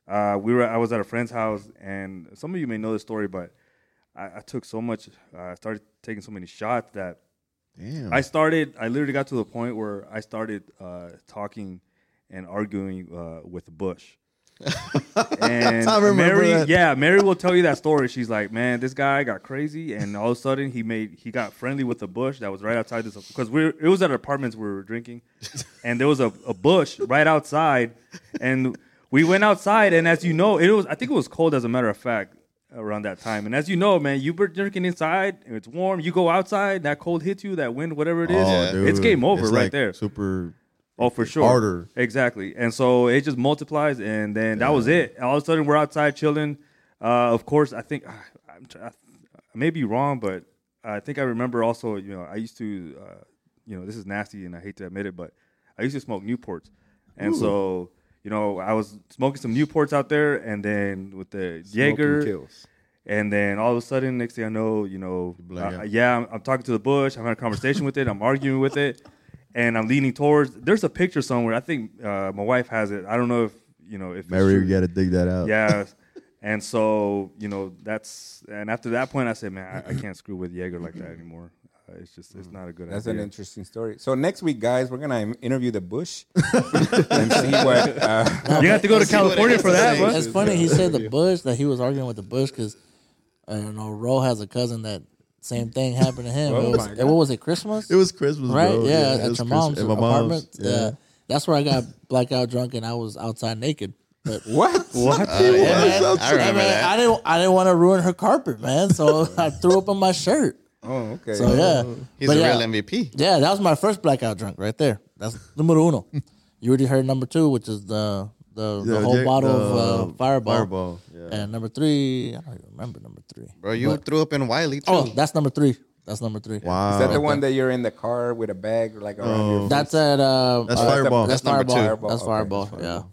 S6: uh, we were. I was at a friend's house, and some of you may know this story, but I, I took so much. uh, I started taking so many shots that
S2: Damn.
S6: I started. I literally got to the point where I started uh, talking and arguing uh, with Bush.
S2: <laughs>
S6: and
S2: I remember
S6: Mary,
S2: that.
S6: yeah, Mary will tell you that story. She's like, "Man, this guy got crazy, and all of a sudden he made he got friendly with a bush that was right outside this because we it was at apartments where we were drinking, and there was a, a bush right outside, and we went outside, and as you know, it was I think it was cold as a matter of fact around that time, and as you know, man, you were drinking inside, and it's warm, you go outside, that cold hits you, that wind, whatever it is,
S2: Oh,
S6: it's
S2: dude.
S6: game over
S2: It's
S6: right
S2: like
S6: there.
S2: Super.
S6: Oh, for sure.
S2: harder.
S6: Exactly. And so it just multiplies, and then that was it. And all of a sudden, we're outside chilling. Uh, of course, I think <sighs> I'm tr- I, I may be wrong, but I think I remember also. You know, I used to. Uh, you know, this is nasty, and I hate to admit it, but I used to smoke Newports, and so you know, I was smoking some Newports out there, and then with the Jaeger,
S5: kills.
S6: and then all of a sudden, next thing I know, you know,
S2: black
S6: uh,
S2: out.
S6: yeah, I'm, I'm talking to the bush. I'm having a conversation with it. I'm arguing with it, and I'm leaning towards. There's a picture somewhere. I think uh, my wife has it. I don't know if you know if
S2: Mary,
S6: it's
S2: you got to dig that out.
S6: yeah. And so you know that's and after that point, I said, man, I, I can't screw with Jaeger like that anymore. Uh, it's just it's not a good
S1: That's an
S6: idea.
S1: interesting story. So next week, guys, we're gonna interview the Bush
S4: <laughs>
S1: and see what. Uh,
S6: you have to go to
S3: See what it
S6: California
S3: has
S6: for
S3: to
S6: that,
S3: say.
S6: bud.
S4: That's funny. He said the Bush that he was arguing with the Bush because I don't know. Ro has a cousin that same thing happened to him.
S1: Oh
S4: it was,
S1: my
S4: and
S1: God.
S4: what was it? Christmas,
S2: It was Christmas,
S4: right?
S2: bro.
S4: yeah,
S2: it
S4: at
S2: was
S4: your
S2: Christmas-
S4: mom's
S2: at my mom's,
S4: apartment. yeah. that's where I got blackout drunk and I was outside naked. But
S1: what?
S6: What?
S3: yeah,
S4: man.
S3: I remember
S4: Hey, man,
S3: that.
S4: I didn't. I didn't want to ruin her carpet, man. So I threw up on my shirt.
S1: Oh, okay.
S4: So yeah,
S3: He's
S4: But
S3: a
S4: yeah,
S3: real MVP.
S4: Yeah, that was my first blackout drunk right there. That's numero uno. you already heard number two, which is the the, the
S2: Yeah,
S4: whole
S2: Jack-
S4: bottle
S2: the
S4: of uh, Fireball.
S2: Fireball, yeah.
S4: And number three, I don't even remember number three.
S3: Bro, you
S4: But-
S3: threw up in Wiley too.
S4: oh, that's number three. That's number three.
S2: Wow.
S1: Is that the one that you're in the car with a bag like around your?
S4: Oh, That's at uh,
S2: That's
S4: uh,
S2: Fireball.
S4: That's,
S2: That's
S3: number
S4: fireball.
S3: two.
S4: That's
S1: Fireball.
S4: fireball. Yeah.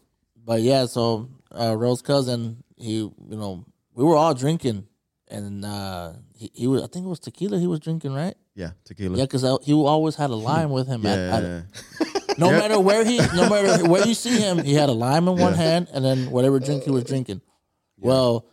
S4: But yeah, so uh, Rose's cousin, he, you know, we were all drinking, and uh, he, he was, I think it was tequila he was drinking, right?
S2: Yeah, tequila.
S4: Yeah, because he always had a lime with him. at-
S2: yeah.
S4: at- no matter where he, no
S2: <laughs>
S4: matter where you see him, he had a lime in one
S2: Yeah.
S4: hand and then whatever drink he was drinking. Well,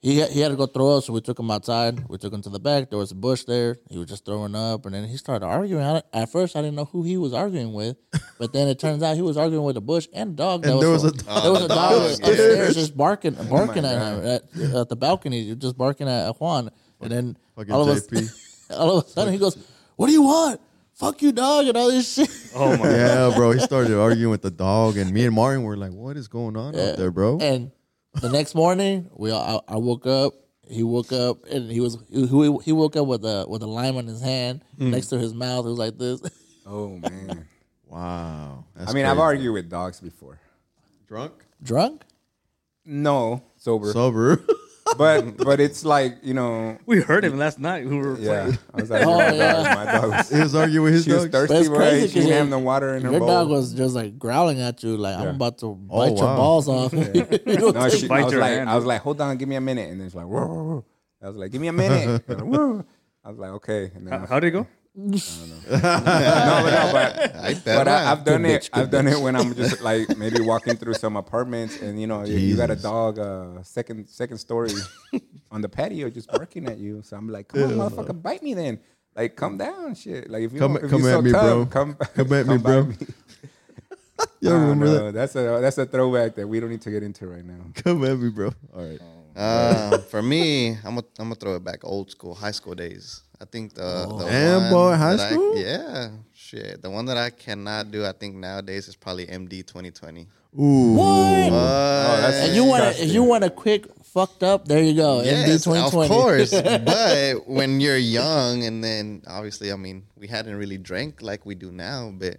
S4: he had- he had to go throw up, so we took him outside. We took him to the back. There was a bush there. He was just throwing up, and then he started arguing. I, at first, I didn't know who he was arguing with, but then it turns out he was arguing with a bush and a dog. that
S2: And there was a
S4: there was a dog upstairs
S2: upstairs. Oh
S4: just barking, barking at him at, at the balcony, just barking at Juan, and then
S2: Fucking
S4: all of us,
S2: JP.
S4: <laughs> all of a sudden, he goes, "What do you want? Fuck you, dog!" and all this shit.
S6: Oh my!
S2: yeah, bro. He started arguing with the dog, and me and Marion were like, "What is going on out there, bro?"
S4: And the next morning, we all, I, I woke up. He woke up, and he was he, he woke up with a with a lime on his hand
S3: Mm.
S4: next to his mouth. It was like this. <laughs>
S1: Oh man.
S2: wow. That's
S1: I mean, I've
S2: crazy.
S1: argued with dogs before.
S2: drunk,
S4: Drunk?
S1: No, sober.
S2: sober. <laughs>
S1: but
S4: <laughs>
S1: but it's like you know.
S6: We heard him last night. We were
S1: Yeah,
S6: playing.
S1: I was like,
S4: Oh,
S1: oh,
S4: yeah.
S1: my dog. Was,
S4: <laughs>
S2: he was arguing with his
S1: she was
S2: dog.
S1: thirsty,
S4: it's crazy
S1: bro. She
S4: 'cause
S1: didn't
S4: your-
S1: have no water in her
S4: Your
S1: bowl.
S4: dog was just like growling at you, like I'm about
S3: Oh,
S4: to bite your
S2: wow.
S4: balls off. <laughs>
S1: No, she,
S6: Bite
S1: I was
S6: your
S1: like,
S6: hand.
S1: I was like, hold on, give me a minute, and then she's like, whoa, whoa, whoa. I was like, give me a
S4: <laughs>
S1: minute. And whoa. I was like, okay. And then I
S6: How, how'd it go?
S1: no, but no,
S2: <laughs>
S1: but
S3: I bet
S1: but I,
S3: I,
S1: I've done it. I've done it when I'm just like maybe walking through some apartments, and you know, you- you got a
S2: Jesus.
S1: dog, uh, second second
S2: <laughs>
S1: story, on the patio, just barking at you. So I'm like, come on, motherfucker, bite me then. Like, come down, shit. Like, if you
S2: Come-
S1: want- if
S2: come
S1: you
S2: at
S1: so
S2: me,
S1: tough,
S2: bro.
S1: Come, <laughs>
S2: Come at me,
S1: bite
S2: bro. <laughs> You
S1: I
S2: remember
S1: know.
S2: that?
S1: That's a that's a throwback that we don't need to get into right now.
S2: Come at me, bro. All right.
S1: Oh.
S3: uh, for me, I'm gonna I'm gonna throw it back old school, high school days. I think the, the
S2: Damn,
S3: one
S2: boy, high
S3: that I-
S2: school?
S3: yeah, shit. The one that I cannot do, I think nowadays is probably MD 2020.
S2: Ooh.
S4: What?
S3: But-
S4: And you want to? If you want a quick fucked up, there you go.
S3: Yes,
S4: MD
S3: of
S4: 2020. <laughs>
S3: course. but when you're young, and then obviously, I mean, we hadn't really drank like we do now, but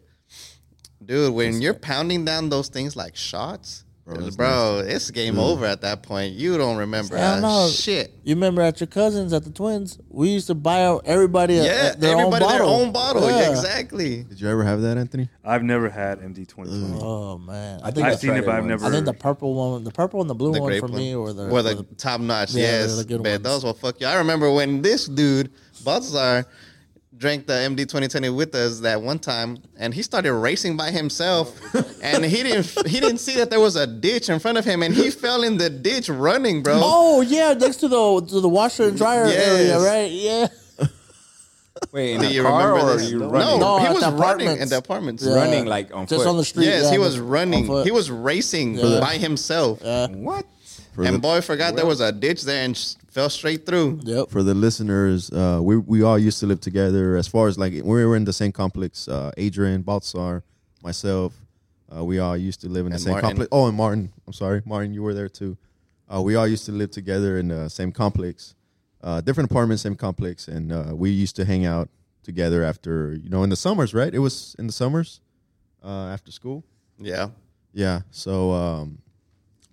S3: dude, when you're pounding down those things like shots,
S2: bro. It's
S3: Bro, it's game over at that point. You don't remember
S4: Mm. I don't
S3: a
S4: know.
S3: shit.
S4: You remember at your cousins at the twins? We used to buy out everybody a-
S3: Yeah,
S4: a- their
S3: everybody
S4: own
S3: their
S4: bottle.
S3: own bottle. Yeah.
S4: Yeah.
S3: exactly.
S2: nice. Did you ever have that, Anthony?
S6: I've never had MD twenty twenty.
S4: Oh man, I
S1: think
S4: think
S1: I
S6: I've seen
S1: tried
S6: it, but I've
S1: once.
S6: never.
S4: I think the purple one, the purple and the blue
S3: The
S4: one
S3: grape
S4: for
S3: one.
S4: me, or the,
S3: Well,
S4: or
S3: the
S4: the-
S3: top notch,
S4: Yeah, they're
S3: yes.
S4: the good
S3: man,
S4: ones.
S3: those will fuck you. I remember when this dude, Baltazar, drank the MD 2020 with us that one time, and he started racing by
S4: <laughs>
S3: himself, and he didn't he didn't see that there was a ditch in front of him, and he fell in the ditch running, bro.
S4: oh yeah, next to the to the washer and dryer
S3: Yes.
S4: area, right? Yeah,
S1: Wait, in
S3: Do
S1: a
S3: you
S1: car
S3: remember
S1: or
S3: this?
S1: you
S3: No,
S1: running?
S4: No,
S3: he
S4: at
S3: was
S4: the
S3: running
S4: apartments.
S3: in the apartments.
S4: Yeah.
S1: Running like on
S4: just
S1: foot.
S4: on the street.
S3: Yes,
S4: yeah,
S3: he was
S4: on
S3: running.
S4: foot.
S3: He was racing
S4: Yeah.
S3: by himself.
S1: What?
S2: For
S3: and
S2: the-
S3: boy forgot there was a ditch there and sh- fell straight through.
S4: Yep.
S2: for the listeners, uh, we we all used to live together. As far as like we were in the same complex, uh, Adrian, Baltzar, myself, uh, we all used to live in the
S3: And
S2: same
S3: Martin.
S2: complex. Oh, and Martin, I'm sorry, Martin, you were there too. Uh, we all used to live together in the same complex, uh, different apartments, same complex, and uh, we used to hang out together after you know in the summers, right? It was in the summers uh, after school.
S3: Yeah.
S2: Yeah. So, um,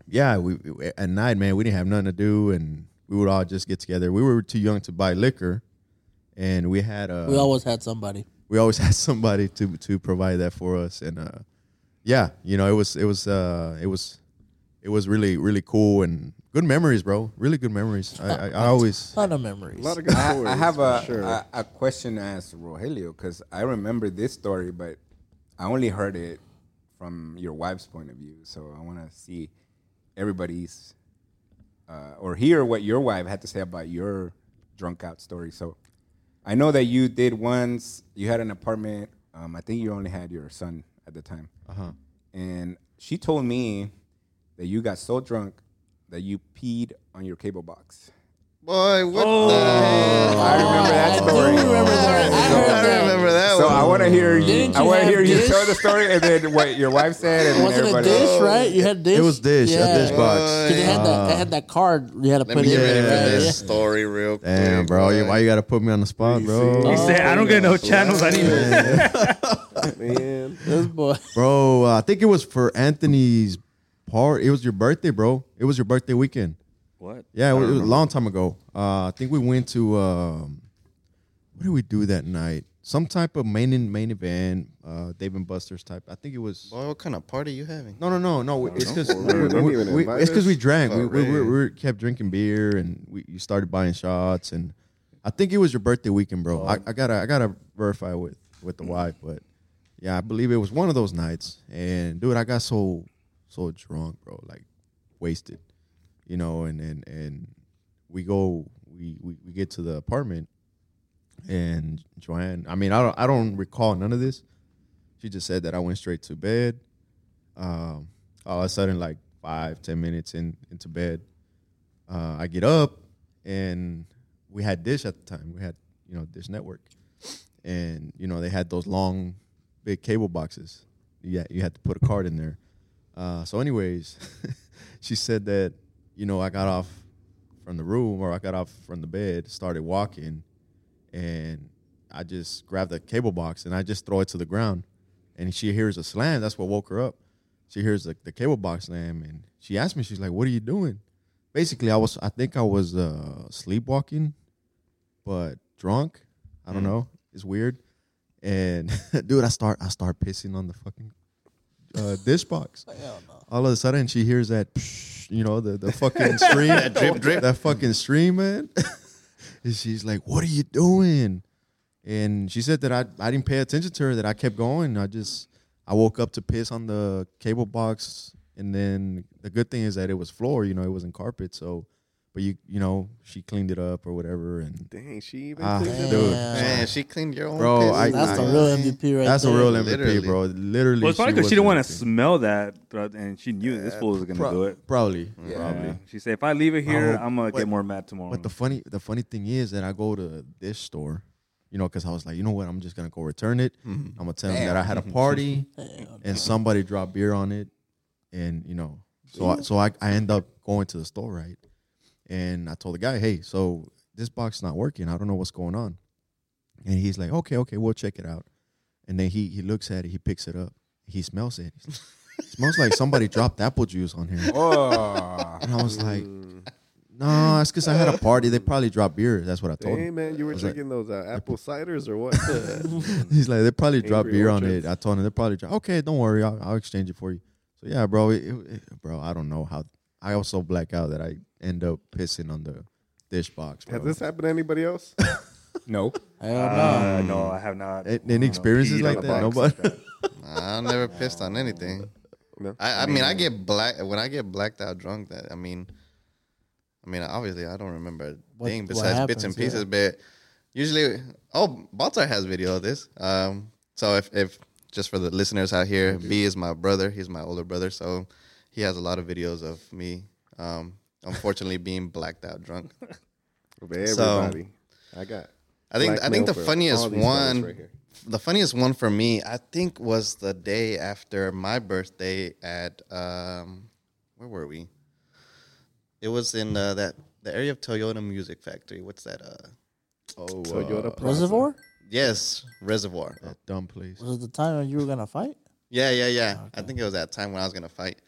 S2: yeah, we we- at night, man, we didn't have nothing to do, and we would all just get together. We were too young to buy liquor, and we had uh,
S4: We always had somebody.
S2: we always <laughs> had somebody to to provide that for us, and uh, yeah, you know, it was it was uh, it was it was really really cool and good memories, bro. Really good memories. I I, I always
S4: Ton of memories.
S5: A lot of good
S1: I,
S5: stories.
S1: I have
S5: for
S1: a, uh,
S5: sure.
S1: a, a question to ask Rogelio because I remember this story, but I only heard it from your wife's point of view. So I want to see everybody's uh, or hear what your wife had to say about your drunk out story. So I know that you did once. You had an apartment. Um, I think you only had your son at the time. Uh-huh. And she told me that you got so drunk that you peed on your cable box.
S3: Boy, what
S4: Oh.
S3: the hell?
S1: I remember that
S4: I do
S1: story.
S4: remember that. I heard
S3: I
S4: that.
S3: remember that
S1: So
S3: one.
S1: I want to hear you.
S4: Didn't
S1: I
S4: you
S1: want to
S4: have
S1: hear you
S4: dish?
S1: tell the story and then what your wife said and then
S4: Wasn't it
S1: everybody.
S4: dish, right? You had dish.
S2: it was dish
S4: Yeah.
S2: a dish box.
S4: 'Cause they had that. They had that card. You had to
S3: Let
S4: put
S3: me
S4: in.
S3: get ready for
S4: Yeah,
S3: this
S4: yeah.
S3: story real quick.
S2: Damn, bro, you-
S3: boy.
S2: why you gotta put me on the spot,
S4: Oh,
S2: bro?
S6: He said, "I don't get no channels. I need."
S5: man.
S4: This boy.
S2: bro. uh, I think it was for Anthony's part. It was your birthday, bro. It was your birthday weekend.
S6: What?
S2: Yeah, it was, it was a long time ago. Uh, I think we went to um, what did we do that night? Some type of main main event, uh, Dave and Buster's type. I think it was.
S3: Boy, what kind of party you having?
S2: No, no, no, no. It's because
S5: Don't even
S2: we,
S5: invite
S2: it's 'cause we
S5: us.
S2: drank. We, we, we,
S3: Alright.
S2: we kept drinking beer, and we you started buying shots. And I think it was your birthday weekend, bro. I, I gotta I gotta verify with with the
S5: Mm.
S2: wife, but yeah, I believe it was one of those nights. And dude, I got so so drunk, bro, like wasted, you know. And and and we go we we, we get to the apartment, and Joanne. I mean, I don't I don't recall none of this. She just said that I went straight to bed um, all of a sudden, like five, ten minutes in into bed, uh, I get up and we had Dish at the time. We had you know Dish Network, and you know they had those long, big cable boxes. Yeah, you had to put a card in there. Uh, so, anyways, <laughs> she said that you know I got off from the room or I got off from the bed, started walking, and I just grabbed the cable box and I just throw it to the ground. And she hears a slam. That's what woke her up. She hears the, the cable box slam and she asked me, she's like, What are you doing? Basically, I was, I think I was uh, sleepwalking, but drunk. I don't know. It's weird. And <laughs> dude, I start, I start pissing on the fucking uh, dish box. All of a sudden, she hears that, you know, the, the fucking stream, <laughs> that drip, drip, that fucking stream, man. <laughs> And she's like, "What are you doing?" And she said that I, I didn't pay attention to her. That I kept going. I just I woke up to piss on the cable box, and then the good thing is that it was floor. You know, it wasn't carpet. So, but you you know she cleaned it up or whatever. And
S5: Dang, she even.
S2: ah,
S5: cleaned
S2: <laughs>
S5: it
S2: dude,
S4: Yeah.
S3: Man, she cleaned your own
S2: Bro,
S3: piss.
S2: I-
S4: That's the
S2: I-
S4: real MVP right
S2: that's a
S4: there.
S2: real MVP,
S3: Literally.
S2: bro. Literally,
S6: Well, it's probably because she
S2: was
S6: didn't want to
S2: MVP.
S6: smell that, but- and she knew this fool was gonna
S2: Pro-
S6: do it.
S2: Probably,
S6: Yeah.
S2: probably.
S6: She said, "If I leave it here,
S2: Bro,
S6: I'm gonna
S2: but-
S6: get more mad tomorrow."
S2: But the funny, the funny thing is that I go to this store, you know, because I was like, you know what, I'm just gonna go return it. I'm gonna tell them that I had a party and somebody dropped beer on it, and you know, so I, so I, I end up going to the store, right? And I told the guy, hey, so this box is not working. I don't know what's going on, and he's like, okay, okay, we'll check it out. And then <laughs> he he looks at it, he picks it up, he smells it. He's like, smells like somebody dropped apple juice on here.
S1: <laughs> Oh,
S2: And I was like, no, it's because I had a party. They probably dropped beer. That's what I told
S5: Hey
S2: him.
S5: man, you were
S2: was like-
S5: drinking those uh, apple ciders or what?
S2: <laughs> He's like, they probably dropped
S5: Angry
S2: beer on
S5: orchards.
S2: it. I told him they probably dropped. Okay, don't worry, I'll, I'll exchange it for you. So yeah, bro, it, it- it- bro, I don't know how. I also black out that I end up pissing on the dish box. Bro.
S5: Has this happened to anybody else?
S1: no.
S4: Hell no.
S6: Uh, no, I have not.
S2: A- Any experiences
S6: peed
S2: like
S6: on a
S2: that?
S6: box.
S2: Nobody.
S3: I never pissed on anything.
S5: No.
S3: I, I mean, I get black when I get blacked out drunk. That I mean, I mean, obviously, I don't remember a
S4: What-
S3: thing
S4: what
S3: besides bits and
S4: happens, yeah.
S3: pieces. But usually, oh, Baltar has video of this. Um, so if if just for the listeners out here, B is my brother. He's my older brother, so he has a lot of videos of me. Um, unfortunately, being blacked out drunk.
S5: Of Everybody. I got.
S3: I think I think
S5: blackmail
S3: the
S5: for all
S3: funniest
S5: these stories
S3: one,
S5: right here.
S3: the funniest one for me, I think was the day after my birthday at um, where were we? It was in uh, that the area of Toyota Music Factory. What's that? Uh, oh,
S5: Toyota Plaza.
S4: Reservoir?
S3: yes, Reservoir.
S5: oh.
S2: that dumb place.
S4: Was it the time that you were gonna fight?
S3: Yeah, yeah, yeah. I think it was that time when I was gonna fight.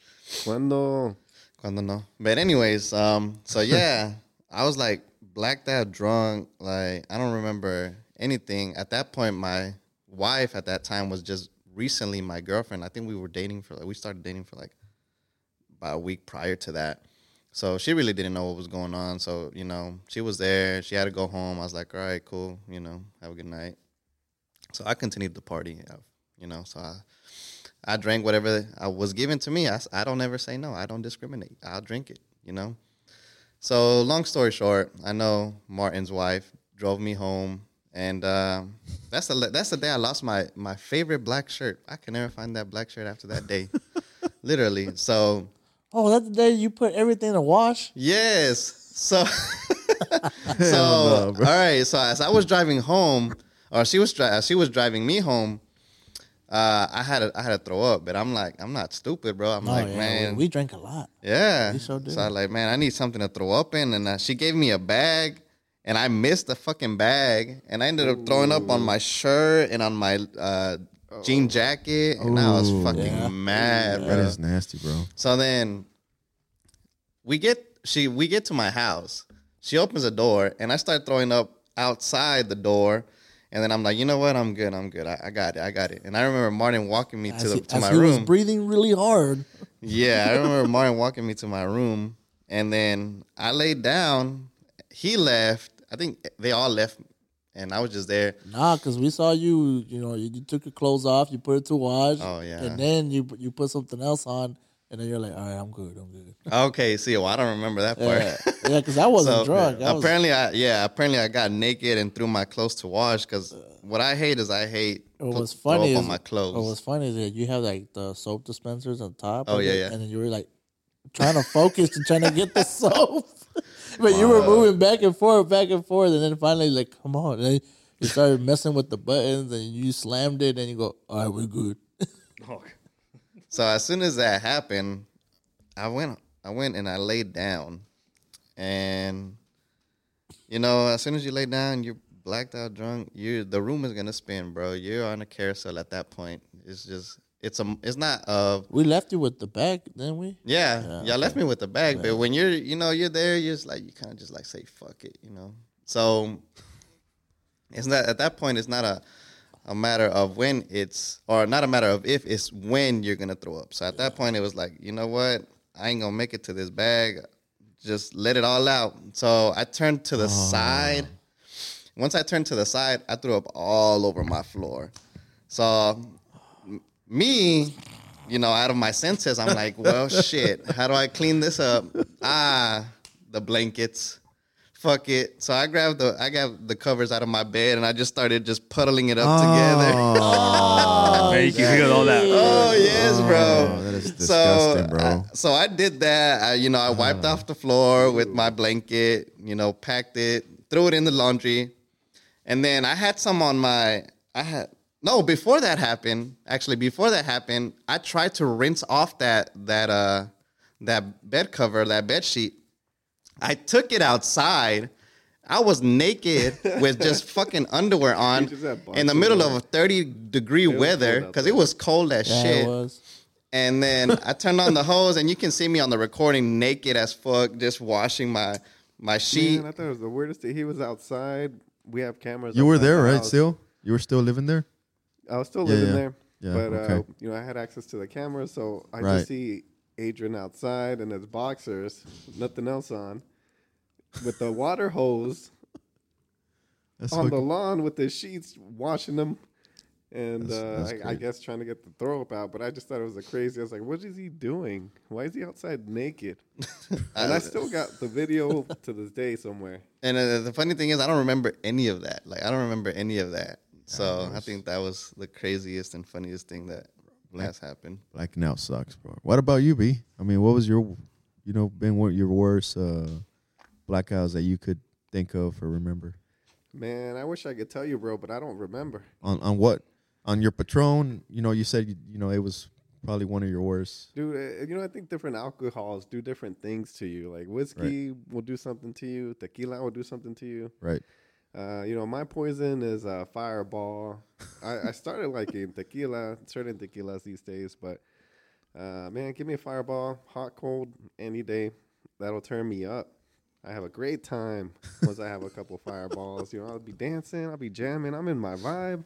S5: Cuando
S3: Cuando no. But anyways, um, so yeah, I was like blacked out, drunk. Like I don't remember anything at that point. My wife at that time was just recently my girlfriend. I think we were dating for like we started dating for like about a week prior to that. So she really didn't know what was going on. So you know, she was there. She had to go home. I was like, all right, cool. You know, have a good night. So I continued the party. uh, You know, so I I drank whatever I was given to me. I, s- I don't ever say no. I don't discriminate. I'll drink it, you know? So, long story short, I know Martin's wife drove me home. And um that's the le- that's the day I lost my, my favorite black shirt. I can never find that black shirt after that day, literally. So
S4: Oh, that's the day you put everything to wash.
S3: Yes. So, <laughs> so
S2: no,
S3: all
S2: bro.
S3: right. So as I was driving home, or she was dri- as she was driving me home, uh, I had a, I had to throw up, but I'm like I'm not stupid, bro. I'm
S4: No,
S3: like
S4: Oh, yeah,
S3: man,
S4: we drank a lot.
S3: yeah.
S4: we sure did.
S3: So I was like man, I need something to throw up in, and uh, she gave me a bag, and I missed the fucking bag, and I ended up throwing up on my shirt and on my uh, jean jacket, and I was
S2: Ooh.
S3: fucking
S4: Yeah.
S3: mad, bro.
S2: That is nasty, bro.
S3: So then we get she we get to my house. She opens the door and I start throwing up outside the door. And then I'm like, you know what? I'm good. I'm good. I, I got it. I got it. And I remember Martin walking me to,
S4: as
S3: the,
S4: he,
S3: to
S4: as
S3: my
S4: he was
S3: room.
S4: breathing really hard.
S3: yeah,
S4: <laughs>
S3: I remember Martin walking me to my room. And then I laid down. He left. I think they all left. And I was just there.
S4: Nah, because we saw you. You know, you, you took your clothes off, you put it to wash.
S3: Oh, yeah.
S4: And then you you put something else on, and then you're like, all right, I'm good, I'm
S3: <laughs>
S4: good.
S3: Okay, see, well, I don't remember that part.
S4: Yeah, yeah, because I wasn't drunk. I was,
S3: apparently, I yeah, apparently I got naked and threw my clothes to wash because what I hate is I hate
S4: what
S3: put-
S4: was funny
S3: throw
S4: is
S3: up on my clothes.
S4: What was funny is that you have like the soap dispensers on top.
S3: Oh,
S4: of
S3: yeah,
S4: it,
S3: yeah.
S4: And then you were like trying to focus and trying to
S3: <laughs>
S4: get the soap, <laughs> but you were moving back and forth, back and forth, and then finally like, come on, and then you started messing with the buttons and you slammed it, and you go, all right, we're good.
S6: Oh,
S3: so as soon as that happened, I went I went and I laid down, and you know, as soon as you lay down, you're blacked out, drunk. You the room is gonna spin, bro. You're on a carousel at that point. It's just it's a it's not a
S4: We left you with the bag, didn't we?
S3: Yeah, y'all left me with the bag, but when you're, you know, you're there, you're just like, you kind of just like say, fuck it, you know. So it's not at that point. It's not a a matter of when it's or not a matter of if it's when you're gonna throw up. So at that point, it was like, you know what, I ain't gonna make it to this bag. Just let it all out. So I turned to the side. Once I turned to the side, I threw up all over my floor. So me, you know, out of my senses, I'm like, well, shit, how do I clean this up? Ah, the blankets. Fuck it. So I grabbed the I grabbed the covers out of my bed and I just started just puddling it up together.
S6: thank you. Look at all that.
S3: Oh yes, bro.
S2: Oh, that is
S3: so,
S2: disgusting, bro. Uh-huh.
S3: I, so I did that. I, you know, I wiped off the floor with my blanket. You know, packed it, threw it in the laundry, and then I had some on my. I had no before that happened. Actually, before that happened, I tried to rinse off that that uh that bed cover, that bed sheet. I took it outside. I was
S5: <laughs>
S3: naked with just fucking underwear on
S5: just had
S3: in the
S5: boxers
S3: middle
S5: on.
S3: of a 30 degree
S5: was
S3: weather
S5: cold out
S3: because it was cold as
S4: Yeah,
S3: shit.
S4: it was.
S3: And then I turned on the hose, and you can see me on the recording naked as fuck, just washing my my sheet.
S5: Man, I thought it was the weirdest thing. He was outside. We have cameras.
S2: You were
S5: outside
S2: there,
S5: the
S2: right?
S5: house.
S2: Still, you were still living there.
S5: I was still
S2: Yeah,
S5: living
S2: yeah.
S5: there.
S2: Yeah,
S5: but uh,
S2: okay.
S5: you know, I had access to the camera, so I
S2: Right.
S5: just see Adrian outside and his boxers, nothing else on, with the water
S2: <laughs>
S5: hose
S2: That's
S5: on
S2: fuck-
S5: the lawn with the sheets, washing them, and
S2: That's-
S5: uh,
S2: that's
S5: I, I
S2: great.
S5: guess trying to get the throw up out. But I just thought it was a crazy. I was like, "What is he doing? Why is he outside naked?"
S2: <laughs>
S5: And I still got the video to this day somewhere.
S3: And uh, the funny thing is, I don't remember any of that. Like, I don't remember any of that. So I think that was the craziest and funniest thing that has happened.
S2: Blacking out sucks, bro. What about you, B? I mean, what was your, you know, been one your worst uh, blackouts that you could think of or remember?
S5: Man, I wish I could tell you, bro, but I don't remember.
S2: On on what? On your patron? You know, you said you, you know it was probably one of your worst.
S5: Dude, uh, you know, I think different alcohols do different things to you. Like whiskey will do something to you, tequila will do something to you.
S2: Right.
S5: Uh, you know, my poison is uh, fireball. I, I started liking tequila, certain tequilas these days, but uh, man, give me a fireball, hot, cold, any day. That'll turn me up. I have a great time once I have a couple fireballs. You know, I'll be dancing, I'll be jamming, I'm in my vibe.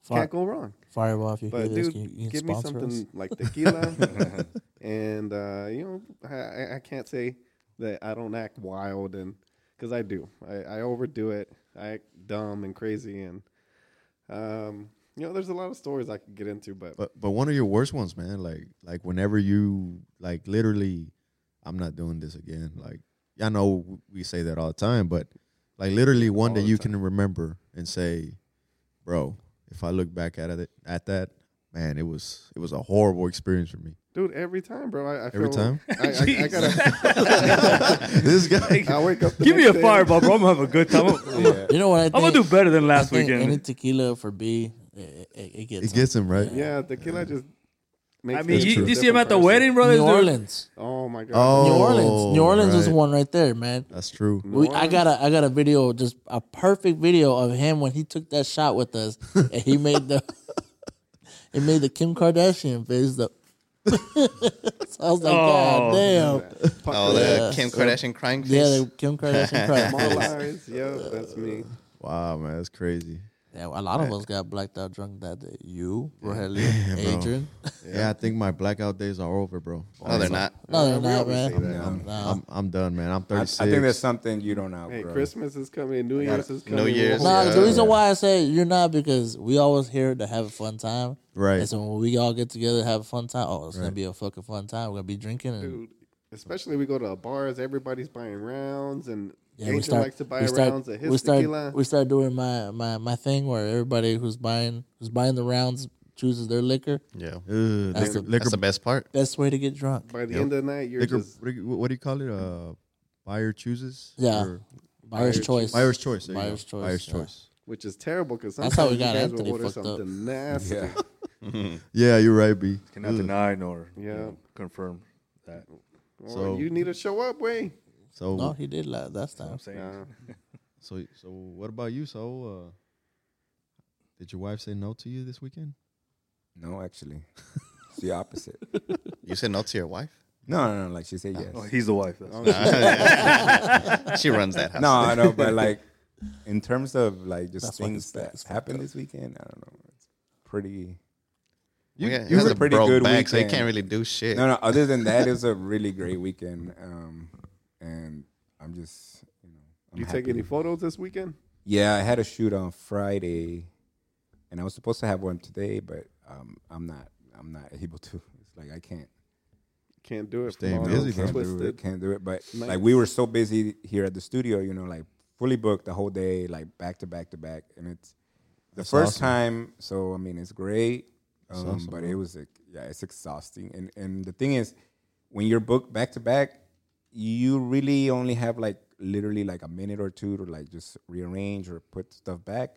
S4: Fire,
S5: Can't go wrong.
S4: Fireball, if you hear
S5: But
S4: this,
S5: dude,
S4: can you, you can
S5: give me
S4: sponsor
S5: something
S4: us?
S5: like tequila, <laughs> and uh, you know, I, I- I can't say that I don't act wild and because I do. I, I overdo it. I act dumb and crazy, and um, you know, there's a lot of stories I could get into, but,
S2: But but one of your worst ones, man. Like like whenever you like literally, I'm not doing this again. Like I know we say that all the time, but like literally one that you can remember and say, bro, if I look back at it at that, man, it was it was a horrible experience for me. <laughs>
S5: dude, every time, bro, I, I feel,
S2: Every time?
S5: I, I, I gotta.
S2: this guy,
S5: I wake up.
S2: <laughs>
S5: the
S6: Give me a
S5: next day-
S6: fireball, bro. I'm gonna have a good time. I'm, I'm gonna-
S4: You know what I think?
S6: I'm gonna do better than
S4: I
S6: last
S4: think Any
S6: weekend.
S4: tequila for B, it, it, it gets.
S2: it gets him right.
S5: Yeah, tequila just. Makes
S6: I mean,
S5: me
S2: That's
S6: you,
S5: a
S2: true.
S6: you see him
S5: different
S6: at the
S5: person.
S6: wedding, brothers.
S4: New Orleans.
S5: Oh my god!
S2: Oh,
S4: New Orleans. New Orleans was
S2: right.
S4: one right there, man.
S2: That's true.
S4: We, I got a I got a video, just a perfect video of him when he took that shot with us, and he made the he made the Kim Kardashian face. The <laughs> so I was like,
S6: Oh.
S4: God damn,
S3: Oh,
S4: Yeah.
S3: the Kim Kardashian crying face.
S4: yeah, the Kim Kardashian <laughs>
S5: <laughs> Small
S4: cry.
S5: eyes. Yep, that's me.
S2: Wow, man, that's crazy.
S4: yeah, a lot of us got blacked out drunk that day. You,
S2: <laughs>
S4: Rogelio,
S2: bro.
S4: Adrian.
S2: Yeah. I think my blackout days are over, bro.
S3: no, they're not.
S4: No,
S5: Yeah,
S4: they're
S5: we
S4: not,
S5: always say
S4: man.
S5: that.
S1: Um,
S4: Nah.
S2: I'm I'm done, man. I'm
S1: I, I
S2: 36.
S1: think there's something you don't know,
S5: Hey,
S1: bro.
S5: Christmas is coming. New Year's is
S3: New
S5: coming. we'll
S3: Year's,
S5: hold
S4: No, the
S3: Yeah.
S4: reason why I say you're not because we always here to have a fun time.
S2: Right.
S4: And so when we all get together to have a fun time, oh, it's gonna be a fucking fun time. We're gonna be drinking and
S5: Dude, especially we go to bars, everybody's buying rounds, and
S4: yeah,
S5: Angel
S4: we start
S5: likes to buy
S4: we start,
S5: rounds of his
S4: we start,
S5: tequila.
S4: We start doing my, my, my thing where everybody who's buying who's buying the rounds chooses their liquor.
S3: Yeah.
S2: Ugh,
S4: That's
S2: liquor,
S4: the-
S2: liquor
S3: That's the best <laughs> part.
S4: Best way to get drunk.
S5: By the end of the night, you're
S2: liquor,
S5: just
S2: what, do you, what do you call it? Uh, buyer chooses.
S4: Yeah.
S2: Or-
S4: Buyer's choice.
S2: buyer's choice. there you go.
S4: Buyer's choice,
S2: Buyer's
S4: yeah.
S2: choice.
S5: which is terrible because
S4: That's how
S5: sometimes
S4: we
S5: you
S4: got
S5: guys
S4: Anthony
S5: will order
S4: fucked up.
S5: something nasty.
S1: Yeah.
S2: Yeah, you're right, B.
S6: Cannot
S2: Ugh.
S6: deny nor you
S5: Yeah.
S6: know, confirm that.
S5: Or
S2: So-
S5: you need to show up, way.
S2: So
S4: No, he did last last
S6: I'm
S4: time.
S6: saying.
S5: Nah.
S2: so so what about you? So uh, did your wife say no to you this weekend?
S1: No, actually, it's the <laughs> opposite.
S3: You said no to your wife?
S1: No, no, no. Like she said yes.
S6: Oh, he's the wife. That's
S3: She runs that house.
S1: No, I know, <laughs> but like in terms of like just
S4: That's why
S1: things
S4: this- that's
S1: that
S4: fucked
S1: happened this weekend, I don't know. It's pretty.
S3: You, got,
S1: you
S3: you
S1: had
S3: had
S1: a
S3: a
S1: pretty
S3: broke
S1: good
S3: back, so you
S1: weekend.
S3: can't really do shit.
S1: No, no. Other than that, it was <laughs> a really great weekend, um, and I'm just you know. I'm
S5: You take
S1: happy.
S5: any photos this weekend?
S1: Yeah, I had a shoot on Friday, and I was supposed to have one today, but um, I'm not. I'm not able to. It's like I can't.
S5: Can't do it.
S2: Staying
S5: from all
S2: busy, bro.
S5: the
S1: can't do it.
S5: twisted.
S1: Can't do it. But
S5: nights.
S1: like we were so busy here at the studio, you know, like fully booked the whole day, like back to back to back, and it's the first
S2: awesome.
S1: time. So I mean, it's great, um,
S2: awesome,
S1: but it was like, yeah, it's exhausting. And and the thing is, when you're booked back to back, you really only have like literally like a minute or two to like just rearrange or put stuff back.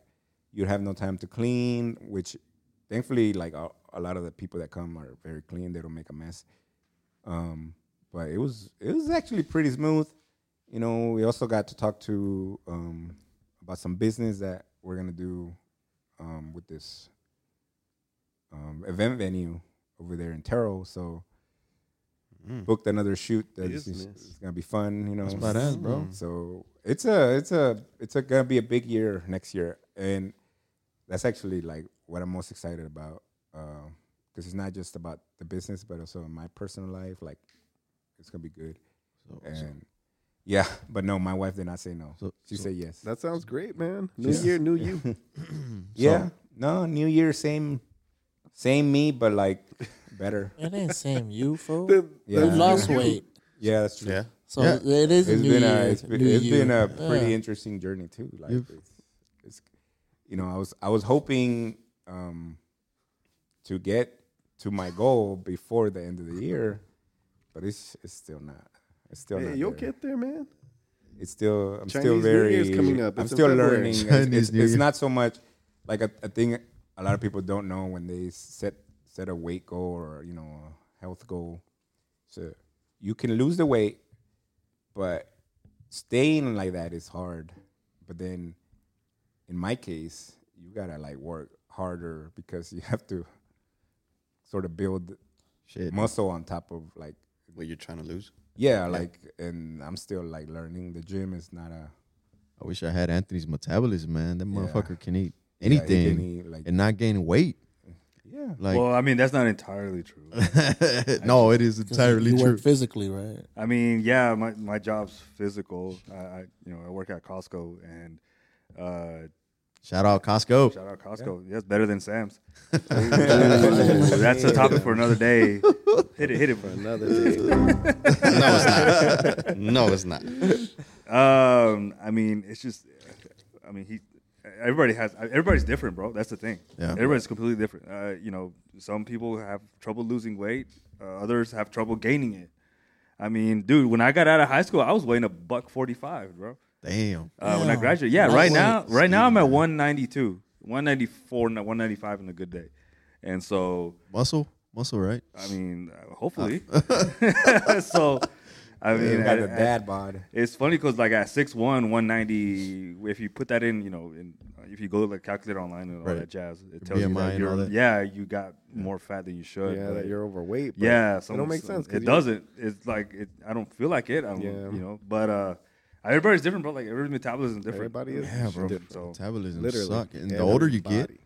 S1: You have no time to clean, which thankfully like a, a lot of the people that come are very clean. They don't make a mess. Um, but it was it was actually pretty smooth. You know, we also got to talk to um, about some business that we're gonna do um, with this um, event venue over there in Terrell. So booked another shoot that
S5: is
S1: is, is
S5: nice.
S1: gonna be fun. You know,
S2: Mm.
S1: Mm.
S2: about that, bro.
S1: So it's a it's a it's a, gonna be a big year next year, and that's actually like what I'm most excited about because it's not just about the business, but also in my personal life. Like it's gonna be good, and yeah. <laughs> But no, my wife did not say no.
S2: So-
S1: she
S2: so-
S1: said yes.
S5: That sounds great, man. New
S1: <laughs>
S5: year, new you.
S1: Yeah. No, New Year, same, same me, but like
S4: <laughs>
S1: better.
S4: It ain't same you, fool.
S5: The-
S1: Yeah.
S4: You lost weight,
S1: Yeah, that's true.
S3: Yeah.
S4: so
S2: Yeah.
S4: it is a
S1: It's
S4: new
S1: been
S4: year.
S1: a it's been,
S4: new
S1: it's been
S4: you.
S1: a pretty
S4: Yeah.
S1: interesting journey too. Like
S2: You've-
S1: it's, it's, you know, I was I was hoping um to get to my goal before the end of the year, but it's it's still not. It's still
S5: Hey,
S1: not.
S5: you'll
S1: there.
S5: get there, man.
S1: It's still I'm still
S5: Chinese New
S1: very
S5: Year's coming up.
S1: I'm
S5: It's in
S1: still
S5: February.
S1: learning. It's-
S2: Chinese
S1: it's,
S2: New
S1: it's
S2: Year.
S1: not so much like a, a thing a lot of people don't know when they set set a weight goal or you know a health goal. So you can lose the weight, but staying like that is hard. But then in my case, you gotta like work harder because you have to sort of build
S2: Shit.
S1: muscle on top of like
S3: What you're trying to lose?
S1: yeah, like and I'm still like learning. The gym is not a
S2: I wish I had Anthony's metabolism, man. That motherfucker can eat
S1: yeah, you can
S2: anything
S1: eat, like
S2: and not gain weight.
S1: Yeah.
S2: Like,
S6: well, I mean, that's not entirely true.
S2: <laughs> no, it is
S4: 'Cause
S2: entirely
S4: you
S2: true.
S4: Work physically, right?
S6: I mean, yeah, my, my job's physical. I, I you know I work at Costco and uh,
S2: Shout out Costco.
S6: shout out Costco. Yes, better than Sam's. Ooh, that's a topic for another day. Hit it, hit it, bro.
S5: Another day.
S3: No, it's not. <laughs> no, it's
S1: <laughs>
S3: not.
S6: Um, I mean, it's just, I mean, he, everybody has, everybody's different, bro. That's the thing.
S2: Yeah.
S6: Everybody's completely different. Uh, you know, some people have trouble losing weight, uh, others have trouble gaining it. I mean, dude, when I got out of high school, I was weighing a buck forty-five, bro.
S2: Damn.
S6: Uh, When I
S4: Damn.
S6: graduated, yeah,
S4: Nice
S6: right now,
S4: weight,
S6: right now I'm at one ninety-two, one ninety-four, one ninety-five on a good day, and so
S2: Muscle, muscle, right?
S6: I mean,
S5: <laughs>
S6: uh, hopefully. <laughs> so, I mean,
S1: you got
S6: I-
S1: the
S6: I-
S1: dad bod.
S6: it's funny because like at 6'1", 190, if you put that in, you know, in, if you go to the calculator online and all
S2: Right.
S6: that jazz, it tells you
S2: BMI and
S6: that
S2: all
S6: you're,
S2: that.
S6: yeah, you got more fat than you should.
S5: yeah,
S6: but-
S5: that you're overweight. But
S6: yeah,
S5: it don't make
S6: some-
S5: sense. 'cause
S6: It
S5: you-
S6: doesn't. It's like it, I don't feel like it. I don't,
S5: Yeah.
S6: you know, but uh, everybody's different, bro. Like everybody's metabolism is different.
S5: Everybody is
S2: Yeah, bro.
S5: different.
S6: So
S2: Metabolism
S5: Literally.
S2: suck. And the
S5: Every
S2: older you get,
S5: body.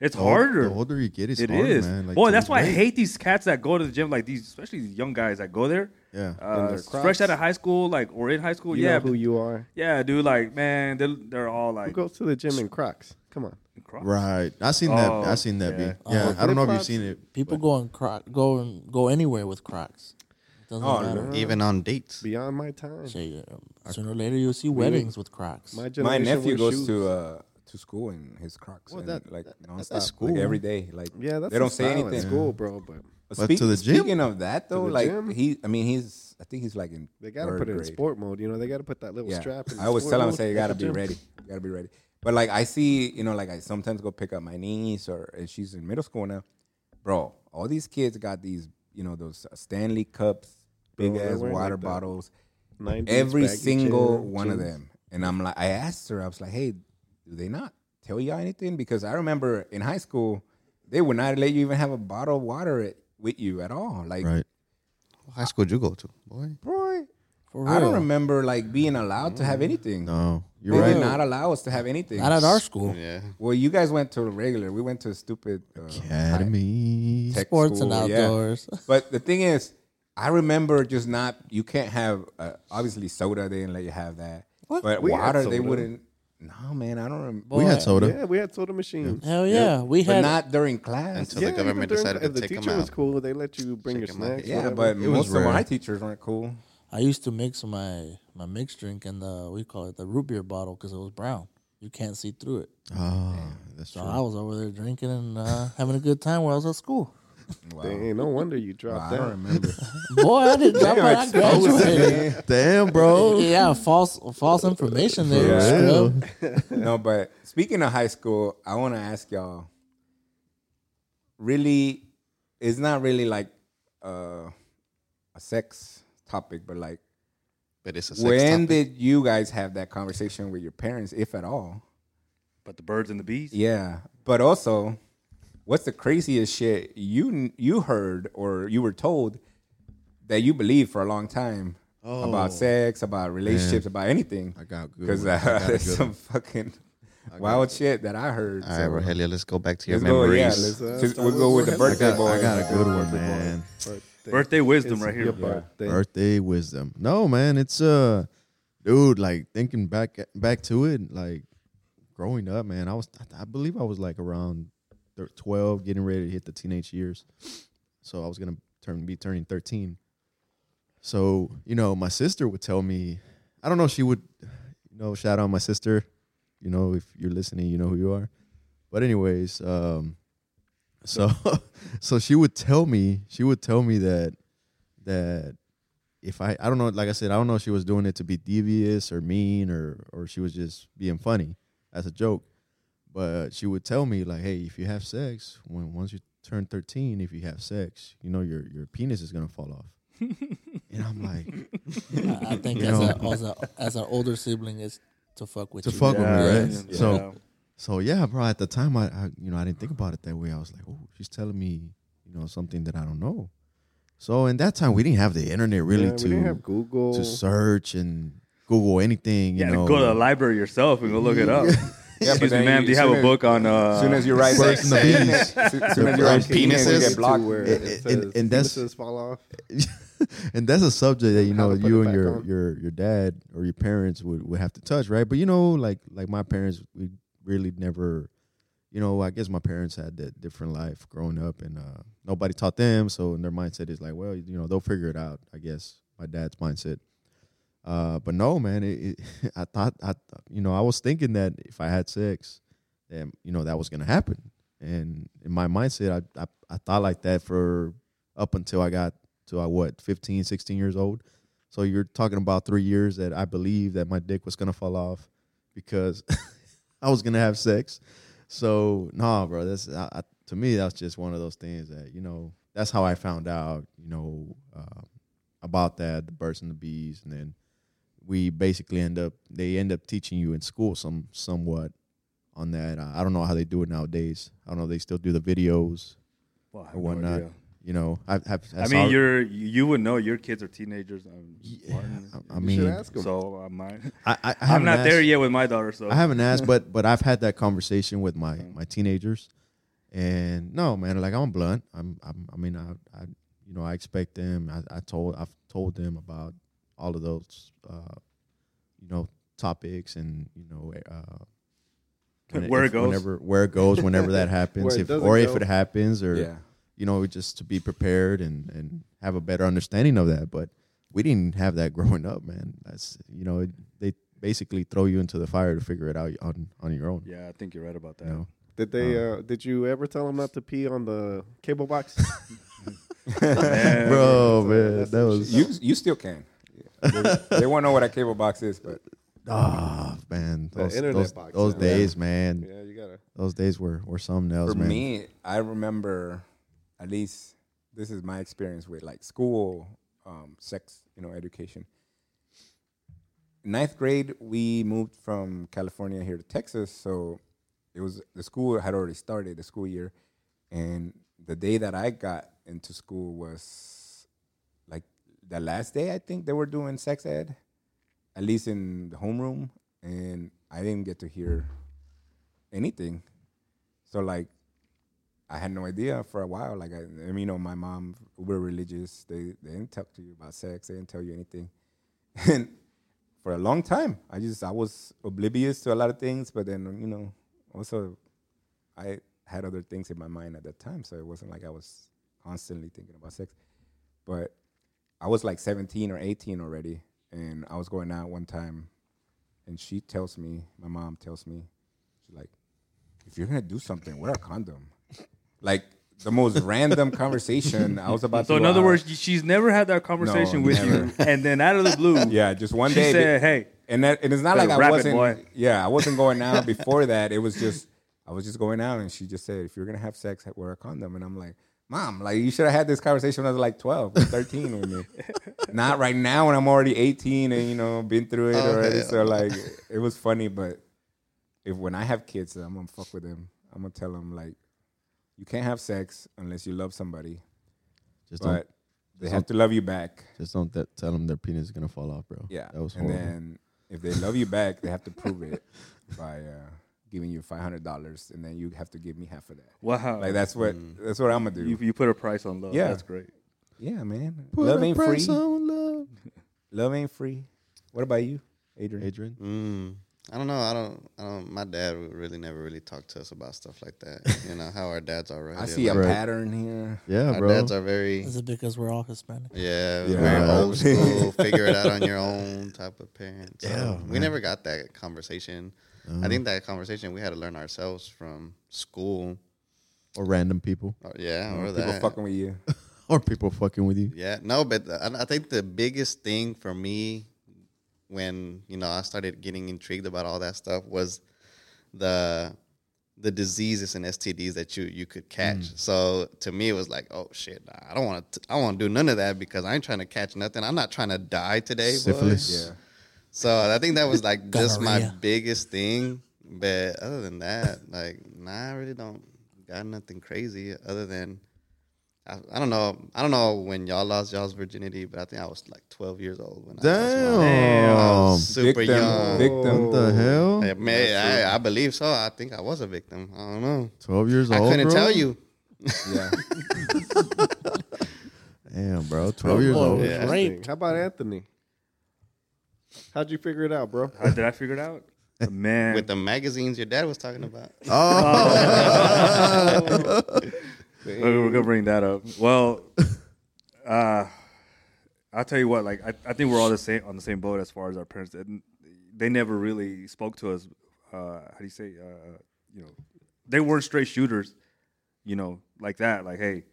S6: it's
S2: the ol-
S6: harder.
S2: The older you get, it's
S6: It
S2: harder,
S6: is.
S2: man. Like,
S6: Boy,
S2: to
S6: that's
S2: lose
S6: why I
S2: weight.
S6: hate these cats that go to the gym like these, especially these young guys that go there.
S2: Yeah.
S6: Uh,
S5: their
S6: fresh
S5: Crocs.
S6: out of high school, like or in high school,
S5: You
S6: yeah,
S5: know who
S6: but-
S5: you are.
S6: yeah, dude. Like, man, they're, they're all
S5: Who
S6: like,
S5: goes to the gym in Crocs? Come on.
S6: Crocs.
S2: Right. I seen that.
S6: Oh,
S2: I seen that.
S6: yeah.
S2: B. Yeah.
S5: Oh,
S2: I don't know if you've
S5: flip-flops.
S2: seen it.
S4: People
S2: but-
S4: go and croc, go and go anywhere with Crocs. It doesn't
S1: Oh,
S4: matter.
S1: no.
S3: Even on dates.
S5: Beyond my time.
S4: Say, um, sooner or later you'll see weddings with Crocs.
S5: My, generation
S1: My nephew
S5: wears
S1: goes
S5: shoes.
S1: to uh, to school in his Crocs.
S2: Well,
S1: and,
S2: that-
S1: like
S2: that-
S1: nonstop,
S2: that's cool.
S1: like every day. Like
S5: Yeah, that's
S1: they don't say
S5: at
S1: anything.
S5: school, bro. But
S2: But to the gym?
S1: Speaking of that though,
S5: the
S1: like
S5: gym?
S1: he, I mean, he's I think he's like in
S5: they gotta
S1: third
S5: put it in
S1: grade.
S5: sport mode. You know, they gotta put that little
S1: Yeah,
S5: strap. In
S1: I always
S5: sport
S1: tell him
S5: mode
S1: say you
S5: at
S1: gotta
S5: the
S1: be
S5: <laughs> gym.
S1: ready, you gotta be ready. But like I see, you know, like I sometimes go pick up my niece or and she's in middle school now, bro. All these kids got these, you know, those Stanley cups,
S5: Bro,
S1: big
S5: they're
S1: ass
S5: wearing,
S1: water
S5: like, the-
S1: bottles.
S5: 90s
S1: every
S5: baggy
S1: single
S5: jeans,
S1: one of
S5: jeans.
S1: them. And I'm like, I asked her, I was like, hey, do they not tell y'all anything? Because I remember in high school, they would not let you even have a bottle of water at, with you at all. Like,
S2: Right.
S3: What high school did you go to? Boy.
S1: boy,
S4: For real.
S1: I don't remember like being allowed to
S5: Mm.
S1: have anything.
S2: No.
S1: they
S2: You're right.
S1: did not allow us to have anything.
S4: Not at our school.
S3: Yeah.
S1: well, you guys went to a regular. We went to a stupid uh,
S2: Academy.
S1: tech
S4: Sports
S1: school,
S4: and
S1: yeah.
S4: outdoors. <laughs>
S1: But the thing is, I remember just not. You can't have uh, obviously soda. They didn't let you have that.
S4: What?
S1: But
S5: We had
S1: water, they
S5: soda.
S1: wouldn't. No, man, I don't remember.
S2: We had
S4: Boy,
S2: soda.
S5: Yeah, we had soda machines.
S4: Hell yeah, we
S1: but
S4: had
S1: not during class.
S3: Until- So the
S5: Yeah,
S3: government
S5: even during-
S3: decided to
S5: if the
S3: take 'em
S5: teacher was
S3: out.
S5: cool. They let you bring your
S3: 'em out.
S5: snacks.
S1: yeah,
S5: whatever.
S1: but
S2: It was
S1: most of my
S2: rare.
S1: teachers weren't cool.
S4: I used to mix my my mixed drink in the we call it the root beer bottle because it was brown. You can't see through it.
S2: Oh, that's
S4: So
S2: true.
S4: I was over there drinking and uh, having a good time while I was at school.
S1: Wow.
S5: Dang, no wonder you dropped
S1: I don't
S5: down.
S1: remember.
S4: Boy, I didn't
S1: <laughs>
S4: drop
S1: Damn,
S4: out. I
S1: exposed
S4: graduated.
S2: Damn,
S3: <laughs>
S2: bro.
S4: Yeah, false false information there.
S1: Yeah.
S4: scrub.
S1: no, but speaking of high school, I want to ask y'all. Really, it's not really like uh, a sex topic, but like
S3: But it's a sex
S1: when
S3: topic.
S1: did you guys have that conversation with your parents, if at all?
S6: But the birds and the bees.
S1: Yeah, but also, What's the craziest shit you you heard or you were told that you believed for a long time about sex, about relationships, about anything?
S2: Oh. I got good.
S1: Because
S2: one.
S1: <laughs>
S2: I got a
S6: <laughs>
S1: there's
S2: good
S1: some fucking wild shit that I heard.
S3: All right,
S1: so
S3: Rogelio, let's go back to your
S1: let's go. Yeah,
S3: memories.
S1: let's,
S5: Uh,
S1: just-
S5: start
S1: we'll go with
S5: with
S1: the
S2: I
S5: Rogelio.
S1: birthday
S2: got,
S1: boy.
S2: I got a good one, man.
S6: Birthday wisdom right
S5: Your
S6: here.
S5: birthday.
S2: Birthday wisdom. No, man, it's uh, dude. Like thinking back back to it, like growing up, man. I was, I believe, I was like around thir- twelve, getting ready to hit the teenage years. So I was gonna turn be turning thirteen. So you know, my sister would tell me, I don't know, she would, you know, shout out my sister. You know, if you're listening, you know who you are. But anyways, um, so <laughs> so she would tell me, she would tell me that that if I I don't know, like I said, I don't know if she was doing it to be devious or mean or or she was just being funny as a joke. But she would tell me like, hey, if you have sex, when once you turn thirteen, if you have sex, you know your your penis is gonna fall off.
S5: <laughs>
S2: and I'm like,
S4: I, I think
S2: You
S4: as,
S2: know.
S4: a, as, a, as an older sibling is to fuck with
S2: To
S4: you.
S2: fuck with
S4: Yeah.
S2: me, right?
S6: Yeah.
S2: So
S6: Yeah.
S2: So yeah, bro. At the time, I, I you know I didn't think about it that way. I was like, oh, she's telling me you know something that I don't know. So in that time, we didn't have the internet really
S5: Yeah, we didn't have
S2: to
S5: Google.
S2: to search and Google anything. You
S6: You
S2: know,
S6: gotta go to the library yourself and go
S2: <laughs>
S6: look it up.
S1: Yeah,
S6: Excuse
S1: but then
S6: me, ma'am. Do you have
S1: soon
S6: a
S1: as-
S6: book on? Uh,
S1: As soon as you write
S2: Birds and the bees.
S1: As <laughs> soon as you
S2: On
S1: write penis, you
S2: penises
S1: get
S2: to
S1: blocked.
S5: where
S2: And-
S5: it
S2: and-
S5: says
S2: and that's-
S5: penises fall off.
S2: and that's a subject that you
S5: How
S2: know
S5: to put
S2: you and
S5: it back
S2: your,
S5: on.
S2: your your dad or your parents would, would have to touch, right? But you know, like like my parents, we really never, you know, I guess my parents had that different life growing up, and uh, nobody taught them, so their mindset is like, well, you know, they'll figure it out. I guess my dad's mindset. Uh, but no, man, it, <laughs> it, I thought I, thought- you know, I was thinking that if I had sex, then you know that was gonna happen, and in my mindset, I I, I thought like that for up until I got to I what 15, 16 years old. So you're talking about three years that I believe that my dick was gonna fall off because <laughs> I was gonna have sex. So nah, bro, that's I, I, to me that's just one of those things that you know that's how I found out you know um, about that the birds and the bees, and then we basically end up they end up teaching you in school some somewhat on that. I, I don't know how they do it nowadays. I don't know if they still do the videos
S6: Well, I have
S2: or
S6: no
S2: whatnot.
S6: idea.
S2: you know, I have.
S6: I mean, you're you would know your kids are teenagers. Um,
S2: <laughs>
S6: Martin,
S2: I- I,
S5: You should
S2: mean,
S5: ask him.
S6: so I might.
S2: I, I, I
S6: I'm
S2: haven't
S6: not there
S2: asked-
S6: yet with my daughter, so
S2: I haven't asked, but but I've had that conversation with my
S5: Mm-hmm.
S2: my teenagers, and no man, like I'm blunt. I'm, I'm I mean I, I you know I expect them. I, I told I've told them about all of those uh, you know topics and you know uh,
S6: Where it
S2: if-
S6: goes.
S2: whenever where it goes, whenever
S5: <laughs>
S2: that happens,
S5: it
S2: if,
S5: doesn't
S2: or if
S5: go.
S2: it happens, or
S1: Yeah.
S2: you know just to be prepared and and have a better understanding of that, but. We didn't have that <laughs> growing up, man. That's you know it, they basically throw you into the fire to figure it out on on your own.
S6: yeah, I think you're right about that.
S2: You know?
S5: Did they? Uh, did you ever tell him not to pee on the cable
S1: <laughs>
S5: box?
S1: Oh,
S6: Man,
S2: bro, man,
S5: that's
S2: that
S5: some
S2: was
S1: You you still
S2: <laughs>
S1: can. They, they won't know what a cable box is, but
S2: ah man. Those,
S5: internet
S2: those,
S5: box,
S2: those
S5: yeah.
S2: days, man.
S5: yeah, you gotta.
S2: Those days were were something else,
S1: for
S2: man.
S1: me, I remember at least this is my experience with like school, um, sex, you know, education. Ninth grade, we moved from California here to Texas, so it was the school had already started the school year, and the day that I got into school was like the last day I think they were doing sex ed, at least in the homeroom, and I didn't get to hear anything. So like, I had no idea for a while. Like, I, I mean, you know, my mom, we're religious. They they didn't talk to you about sex. They didn't tell you anything. And <laughs> for a long time, I just I was oblivious to a lot of things. But then you know, also, I had other things in my mind at that time, so it wasn't like I was constantly thinking about sex. But I was like 17 or 18 already, and I was going out one time, and she tells me, my mom tells me, she's like, if you're gonna do something, wear a condom. Like the most random conversation I was about.
S6: So
S1: to
S6: in
S1: go
S6: other
S1: out.
S6: words, she's never had that conversation with you,
S1: never.
S6: and then out of the blue,
S1: <laughs> yeah, just one
S6: she
S1: day.
S6: said, "Hey,
S1: and that and it's not like
S6: Better
S1: I
S6: wrap it,
S1: wasn't.
S6: boy.
S1: yeah, I wasn't
S2: <laughs>
S1: going out before that. It was just I was just going out, and she just said, "If you're gonna have sex, wear a condom." And I'm like, "Mom, like you should have had this conversation when I was like 12, or 13
S2: <laughs>
S1: with me. Not right now when I'm already 18 and you know been through it
S3: Oh,
S1: already."
S3: hell
S1: So like, it was funny, but if when I have kids, I'm gonna fuck with them. I'm gonna tell them like, you can't have sex unless you love somebody,
S2: Just don't,
S1: but they have to love you back.
S2: just don't th- tell them their penis is gonna fall off, bro.
S1: Yeah,
S2: that was
S1: and
S2: horrible.
S1: then if they love you back, they have to prove it <laughs> by uh, giving you five hundred dollars, and then you have to give me half of that.
S6: Wow.
S1: Like that's what that's what I'm gonna do.
S6: you, you put a price on love.
S1: Yeah.
S6: That's great.
S1: yeah, man.
S2: Put
S1: love
S2: a
S1: ain't
S2: price
S1: free.
S2: on love.
S1: Love ain't free. What about you, Adrian?
S2: Adrian,
S3: Mm, I don't know. I don't. I don't. My dad would really never really talked to us about stuff like that. you know how our dads are.
S1: <laughs>
S3: Already
S1: I see a
S2: Right.
S1: pattern here.
S2: yeah,
S3: our
S2: bro.
S3: dads are very.
S4: Is it because we're all Hispanic?
S3: Yeah,
S1: Yeah.
S3: very
S1: Yeah. <laughs>
S3: old school. figure it out on your own type of parents. So
S2: Yeah,
S3: we never got that conversation.
S1: Uh-huh.
S3: I think that conversation we had to learn ourselves from school.
S2: or random people, <laughs>
S3: Or, yeah, or
S1: Uh-huh. People
S3: that.
S1: fucking with you.
S2: or people fucking with you.
S3: Yeah, no, but the- I I think the biggest thing for me when you know I started getting intrigued about all that stuff was the the diseases and STDs that you you could catch. So to me, it was like, oh shit, nah, I don't want to, I want to do none of that because I ain't trying to catch nothing. I'm not trying to die today. boy.
S2: Syphilis.
S1: Yeah.
S3: So I think that was like just my
S4: Gonorrhea.
S3: biggest thing. But other than that, like, nah, I really don't got nothing crazy other than I, I don't know. I don't know when y'all lost y'all's virginity, but I think I was like 12 years old when I lost mine.
S2: Damn.
S3: I was super
S1: victim.
S3: young.
S1: Victim.
S2: What
S5: Oh,
S2: the hell?
S3: Yeah, man, I, I believe so. I think I was a victim. I don't know.
S2: Twelve years
S3: I
S2: old.
S3: couldn't
S2: bro?
S3: tell you.
S1: Yeah.
S2: Damn, bro. Twelve years
S6: Oh,
S4: Boy,
S2: old.
S4: was
S3: Yeah.
S5: Dang,
S4: raped.
S5: How about Anthony? How'd you figure it out, bro?
S6: How did I figure it
S1: <laughs>
S6: out? Man.
S3: With the magazines your dad was talking about.
S1: Oh,
S6: Uh, We're gonna bring that up.
S1: <laughs>
S6: Well, uh, I'll tell you what. Like, I, I think we're all the same on the same boat as far as our parents. They, they never really spoke to us. Uh, how do you say? Uh, you know, they weren't straight shooters. You know, like that. Like, hey,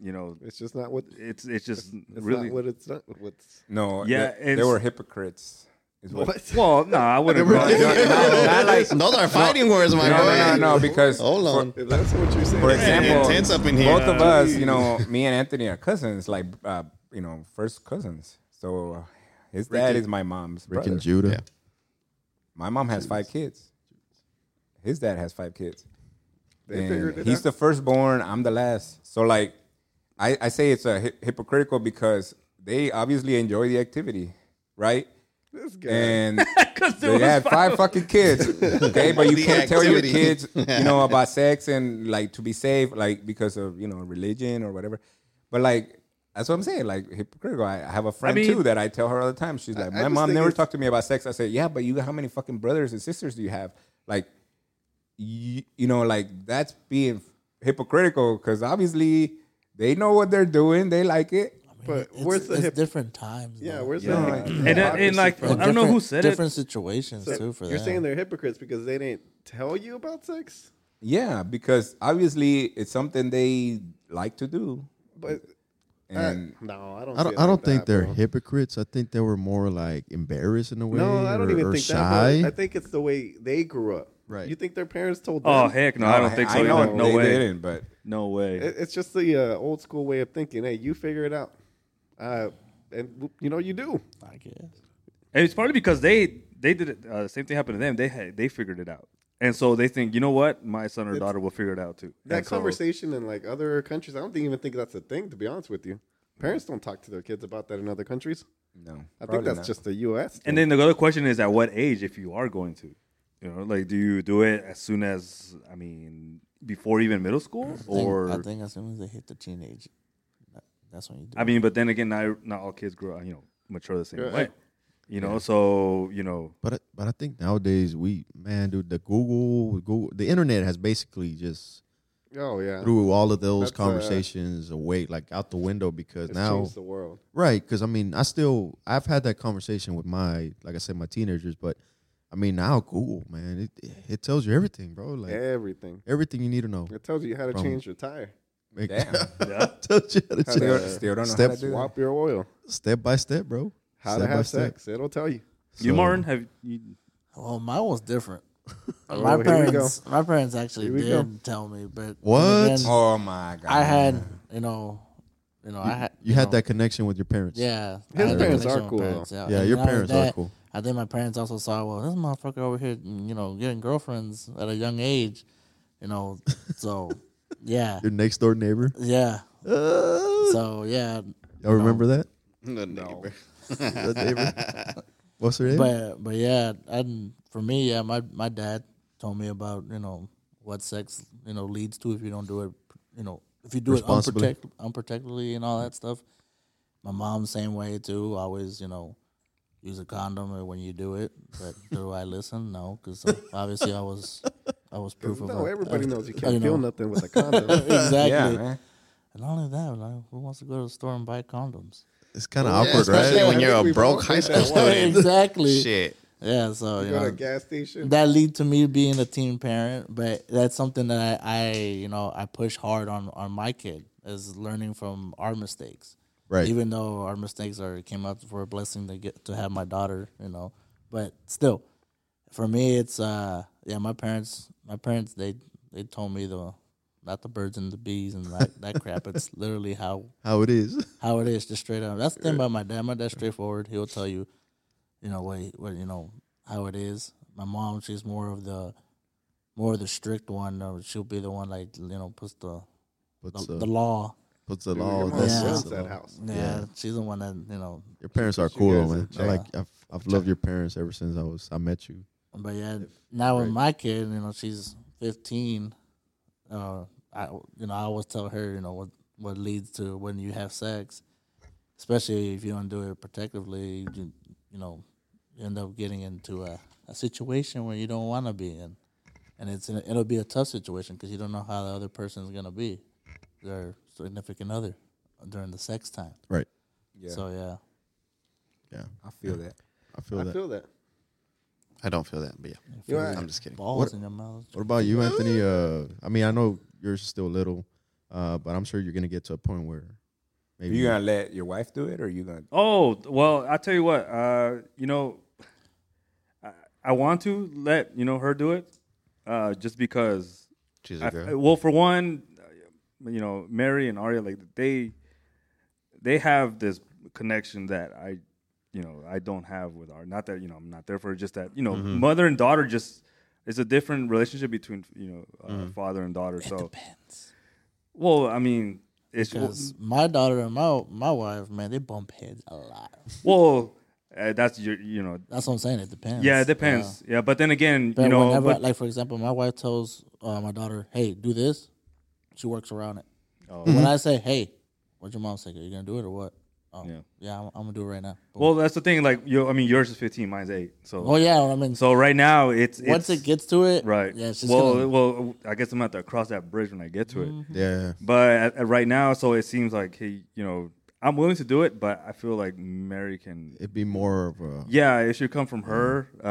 S6: you know,
S5: It's just not what.
S6: it's it's just
S5: It's
S6: really
S5: not what it's not. What's
S1: No.
S6: Yeah,
S1: They, they
S6: it's-
S1: were hypocrites. Is what,
S6: Well, no, I wouldn't. no,
S3: Those are fighting words, my
S1: No,
S3: boy.
S1: no, no, no. Because
S3: Hold
S1: for-
S3: on.
S5: If that's what you're saying.
S1: For example,
S3: intense up in here.
S1: both of us, you know, me and Anthony are cousins, like uh, you know, first cousins. So uh, his dad is my mom's
S2: Rick
S1: brother.
S2: and Judah.
S3: Yeah.
S1: My mom has five kids. His dad has five kids.
S5: They
S1: And
S5: figured it
S1: he's
S5: out.
S1: the firstborn. I'm the last. So like, I, I say it's a hy- hypocritical because they obviously enjoy the activity, right?
S5: This guy.
S1: And they had five fucking kids. Okay, but you
S3: The
S1: can't tell your
S3: activity.
S1: kids,
S5: <laughs>
S1: you know, about sex and like to be safe, like because of you know religion or whatever. But like that's what I'm saying, like hypocritical. I, I have a friend
S6: mean-
S1: too that I tell her all the time. She's like,
S5: I
S1: my
S5: just
S1: mom
S5: think
S1: never
S5: it's-
S1: talked to me about sex. I said, yeah, but you, how many fucking brothers and sisters do you have? Like, you, you know, like that's being hypocritical because obviously they know what they're doing. They like it.
S5: But
S4: it's,
S5: where's the
S4: it's
S5: hip-
S4: different times?
S5: yeah,
S4: though.
S5: where's
S1: Yeah.
S5: that?
S1: And
S6: and, that- and like, I don't know who
S4: Different-
S6: said it.
S4: different situations too. For
S5: you're
S4: that.
S5: saying they're hypocrites because they didn't tell you about sex,
S1: Yeah, because obviously it's something they like to do.
S5: but I-
S1: And
S5: no, I don't.
S2: I
S5: see
S2: don't,
S5: it
S2: I
S5: like
S2: don't think
S5: that,
S2: they're
S5: bro.
S2: hypocrites. I think they were more like embarrassed in a way.
S5: No, I don't
S2: or,
S5: even
S2: or
S5: think
S2: shy.
S5: that. But I think it's the way they grew up.
S2: Right.
S5: You think their parents told them?
S6: Oh heck, no, I don't think so.
S1: I know
S6: either. no
S1: they
S6: way.
S1: didn't, but
S6: No way.
S5: It- It's just the uh, old school way of thinking. Hey, you figure it out, uh, and you know you do.
S4: I guess.
S6: And it's probably because they they did it. Uh, same thing happened to them. They had they figured it out, and so they think, you know what, my son or daughter will figure it out too.
S5: That
S6: And so-
S5: conversation in like other countries, I don't think, even think that's a thing. To be honest with you, parents don't talk to their kids about that in other countries.
S1: no.
S5: I
S1: probably
S5: think that's
S1: not.
S5: just the U.S.
S6: And then the other question is, at what age, if you are going to, you know, like, do you do it as soon as I mean, before even middle school,
S4: I think-
S6: or
S4: I think as soon as they hit the teenage, that- that's when you do.
S6: I mean, but then again, not not all kids grow, you know, mature the same
S5: Yeah.
S6: way, you know. So you know,
S2: But I- but I think nowadays we man, dude, the Google Google the internet has basically just
S5: oh yeah,
S2: threw all of those
S5: That's, uh,
S2: conversations away, like out the window because
S5: it's
S2: now
S5: changed the world.
S2: Right, because I mean, I still I've had that conversation with my like I said my teenagers, but I mean now Google man, it it tells you everything, bro. Like
S5: Everything
S2: everything you need to know.
S5: it tells you how to
S2: From-
S5: change your tire,
S2: Like,
S1: <laughs>
S5: <laughs>
S2: <laughs>
S1: Damn.
S2: tells you how to
S5: to-
S2: check
S1: Still, still don't know how
S2: Steps
S1: to do that.
S5: swap your oil,
S2: step by step, bro.
S5: how
S2: Step
S5: to
S2: by
S5: have
S2: step.
S5: sex. It'll tell you.
S6: you
S2: So-
S6: Martin, have you?
S4: Well, Oh, mine was
S5: <laughs>
S4: different.
S5: Oh, here
S4: my
S5: we
S4: parents, my parents actually
S5: Here we
S4: did
S5: go.
S4: tell me, but then
S2: What?
S4: again,
S1: Oh my god!
S4: I had, you know, you know, I had,
S2: You had
S4: know,
S2: that connection with your parents.
S4: Yeah, I
S5: His
S4: had that
S5: parents
S4: connection
S5: are
S4: with
S5: cool,
S4: Yeah,
S2: Yeah,
S4: and
S2: your
S4: not only
S2: parents are
S4: that,
S2: cool.
S4: I think my parents also saw, well, this motherfucker over here, you know, getting girlfriends at a young age, you know, so <laughs> Yeah.
S2: Your next door neighbor.
S4: Yeah.
S2: Uh,
S4: So yeah,
S2: y'all remember that?
S3: <laughs> No, neighbor.
S2: That neighbor? What's her name?
S4: but but yeah, and for me, yeah, my my dad told me about you know what sex you know leads to if you don't do it, you know if you do it
S2: Responsibly.
S4: unprotect, unprotectedly and all that stuff. My mom same way too. Always you know use a condom when you do it. But do I listen? No, because obviously I was I was proof of
S5: No,
S4: it.
S5: everybody knows you
S4: I
S5: can't feel
S4: know.
S5: nothing with a
S4: <laughs>
S5: condom.
S4: exactly.
S1: Yeah, man.
S4: And not only that, like, who wants to go to the store and buy condoms?
S2: It's kind of
S3: Yeah,
S2: awkward,
S3: especially
S2: right?
S3: when you're
S5: I think
S3: a
S5: we've all
S3: broke
S5: did
S3: high
S5: that
S3: school
S5: once.
S3: student.
S4: <laughs> exactly.
S3: Shit.
S4: Yeah, so you
S5: Go to
S4: know,
S5: a gas station.
S4: that lead to me being a teen parent but that's something that I, I you know i push hard on on my kid is learning from our mistakes
S2: Right.
S4: even though our mistakes are came up for a blessing to get to have my daughter you know but still for me it's uh yeah my parents my parents they they told me the not the birds and the bees and that, that crap it's literally how
S2: How it
S3: <laughs>
S2: is.
S4: how it is, just straight up. That's the thing about my dad. My dad's straightforward. He'll tell you, you know what, he- what you know how it is. My mom, she's more of the, more of the strict one. though. She'll be the one like you know puts the the,
S2: Puts the,
S4: the law.
S2: puts the
S5: Dude,
S2: law.
S5: your mom
S2: that's-
S4: Yeah.
S5: runs
S2: that's the
S5: that
S2: law.
S5: house.
S4: Yeah, she's the one that you know.
S2: Your parents are
S5: You
S2: cool,
S5: guys
S2: man.
S5: are
S2: I like. I've, I've loved your parents ever since I was I met you.
S4: But yeah, now with my kid, you know, she's fifteen. Uh, I you know I always tell her you know what what leads to when you have sex, especially if you don't do it protectively, you, you know, you end up getting into a, a situation where you don't want to be in, and it's it'll be a tough situation because you don't know how the other person's gonna be, their significant other, during the sex time.
S2: Right.
S1: Yeah,
S4: So yeah,
S2: Yeah.
S1: I feel that.
S2: I feel
S5: I
S2: that.
S5: feel that.
S3: I don't feel that, but yeah.
S5: You know, I-
S3: I'm just kidding.
S4: balls in your mouth.
S2: What about you, Anthony? Uh, I mean, I know you're still little, uh, but I'm sure you're gonna get to a point where
S1: Are
S2: maybe
S1: you gonna let your wife do it, or you gonna?
S6: Oh th- well, I tell you what. Uh, you know, I, I want to let you know her do it, uh, just because.
S3: She's
S6: I-
S3: a girl.
S6: well, for one, you know, Mary and Arya, like they, they have this connection that I, you know, I don't have with our. Not that you know, I'm not there for. her, Just that you know,
S3: Mm-hmm.
S6: mother and daughter just. It's a different relationship between you know uh,
S3: Mm-hmm.
S6: father and daughter. So,
S4: Depends.
S6: well, I mean, it's
S4: Because my daughter and my my wife, man, they bump heads a lot.
S6: well, uh, that's your you know
S4: That's what I'm saying. It depends.
S6: Yeah, it depends. Yeah, but then again,
S4: But
S6: you know,
S4: whenever,
S6: but-
S4: like for example, my wife tells uh, my daughter, "Hey, do this," she works around it.
S6: Oh.
S4: When I say, "Hey," what's your mom say? Are you gonna do it or what? Oh,
S6: Yeah.
S4: yeah, I'm, I'm gonna do it right now. Boom.
S6: well, that's the thing. Like, you, I mean, yours is fifteen, mine's eight. So,
S4: oh yeah, I mean,
S6: so right now, it's
S4: once
S6: it's,
S4: it gets to it,
S6: right.
S4: Yeah, she's
S6: well,
S4: gonna, Mm-hmm.
S6: well, I guess I'm gonna have to cross that bridge when I get to it.
S2: Yeah.
S6: But at, at right now, so it seems like he, you know, I'm willing to do it, but I feel like Mary can.
S2: It'd be more of a
S6: Yeah, it should come from her,
S4: Mm.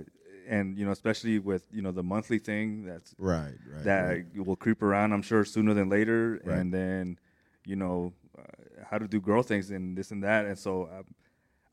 S6: uh, and you know, especially with you know the monthly thing that's
S2: right, right.
S6: that
S2: right.
S6: will creep around, I'm sure, sooner than later.
S2: Right.
S6: And then, you know, uh, how to do girl things and this and that. And so I'm,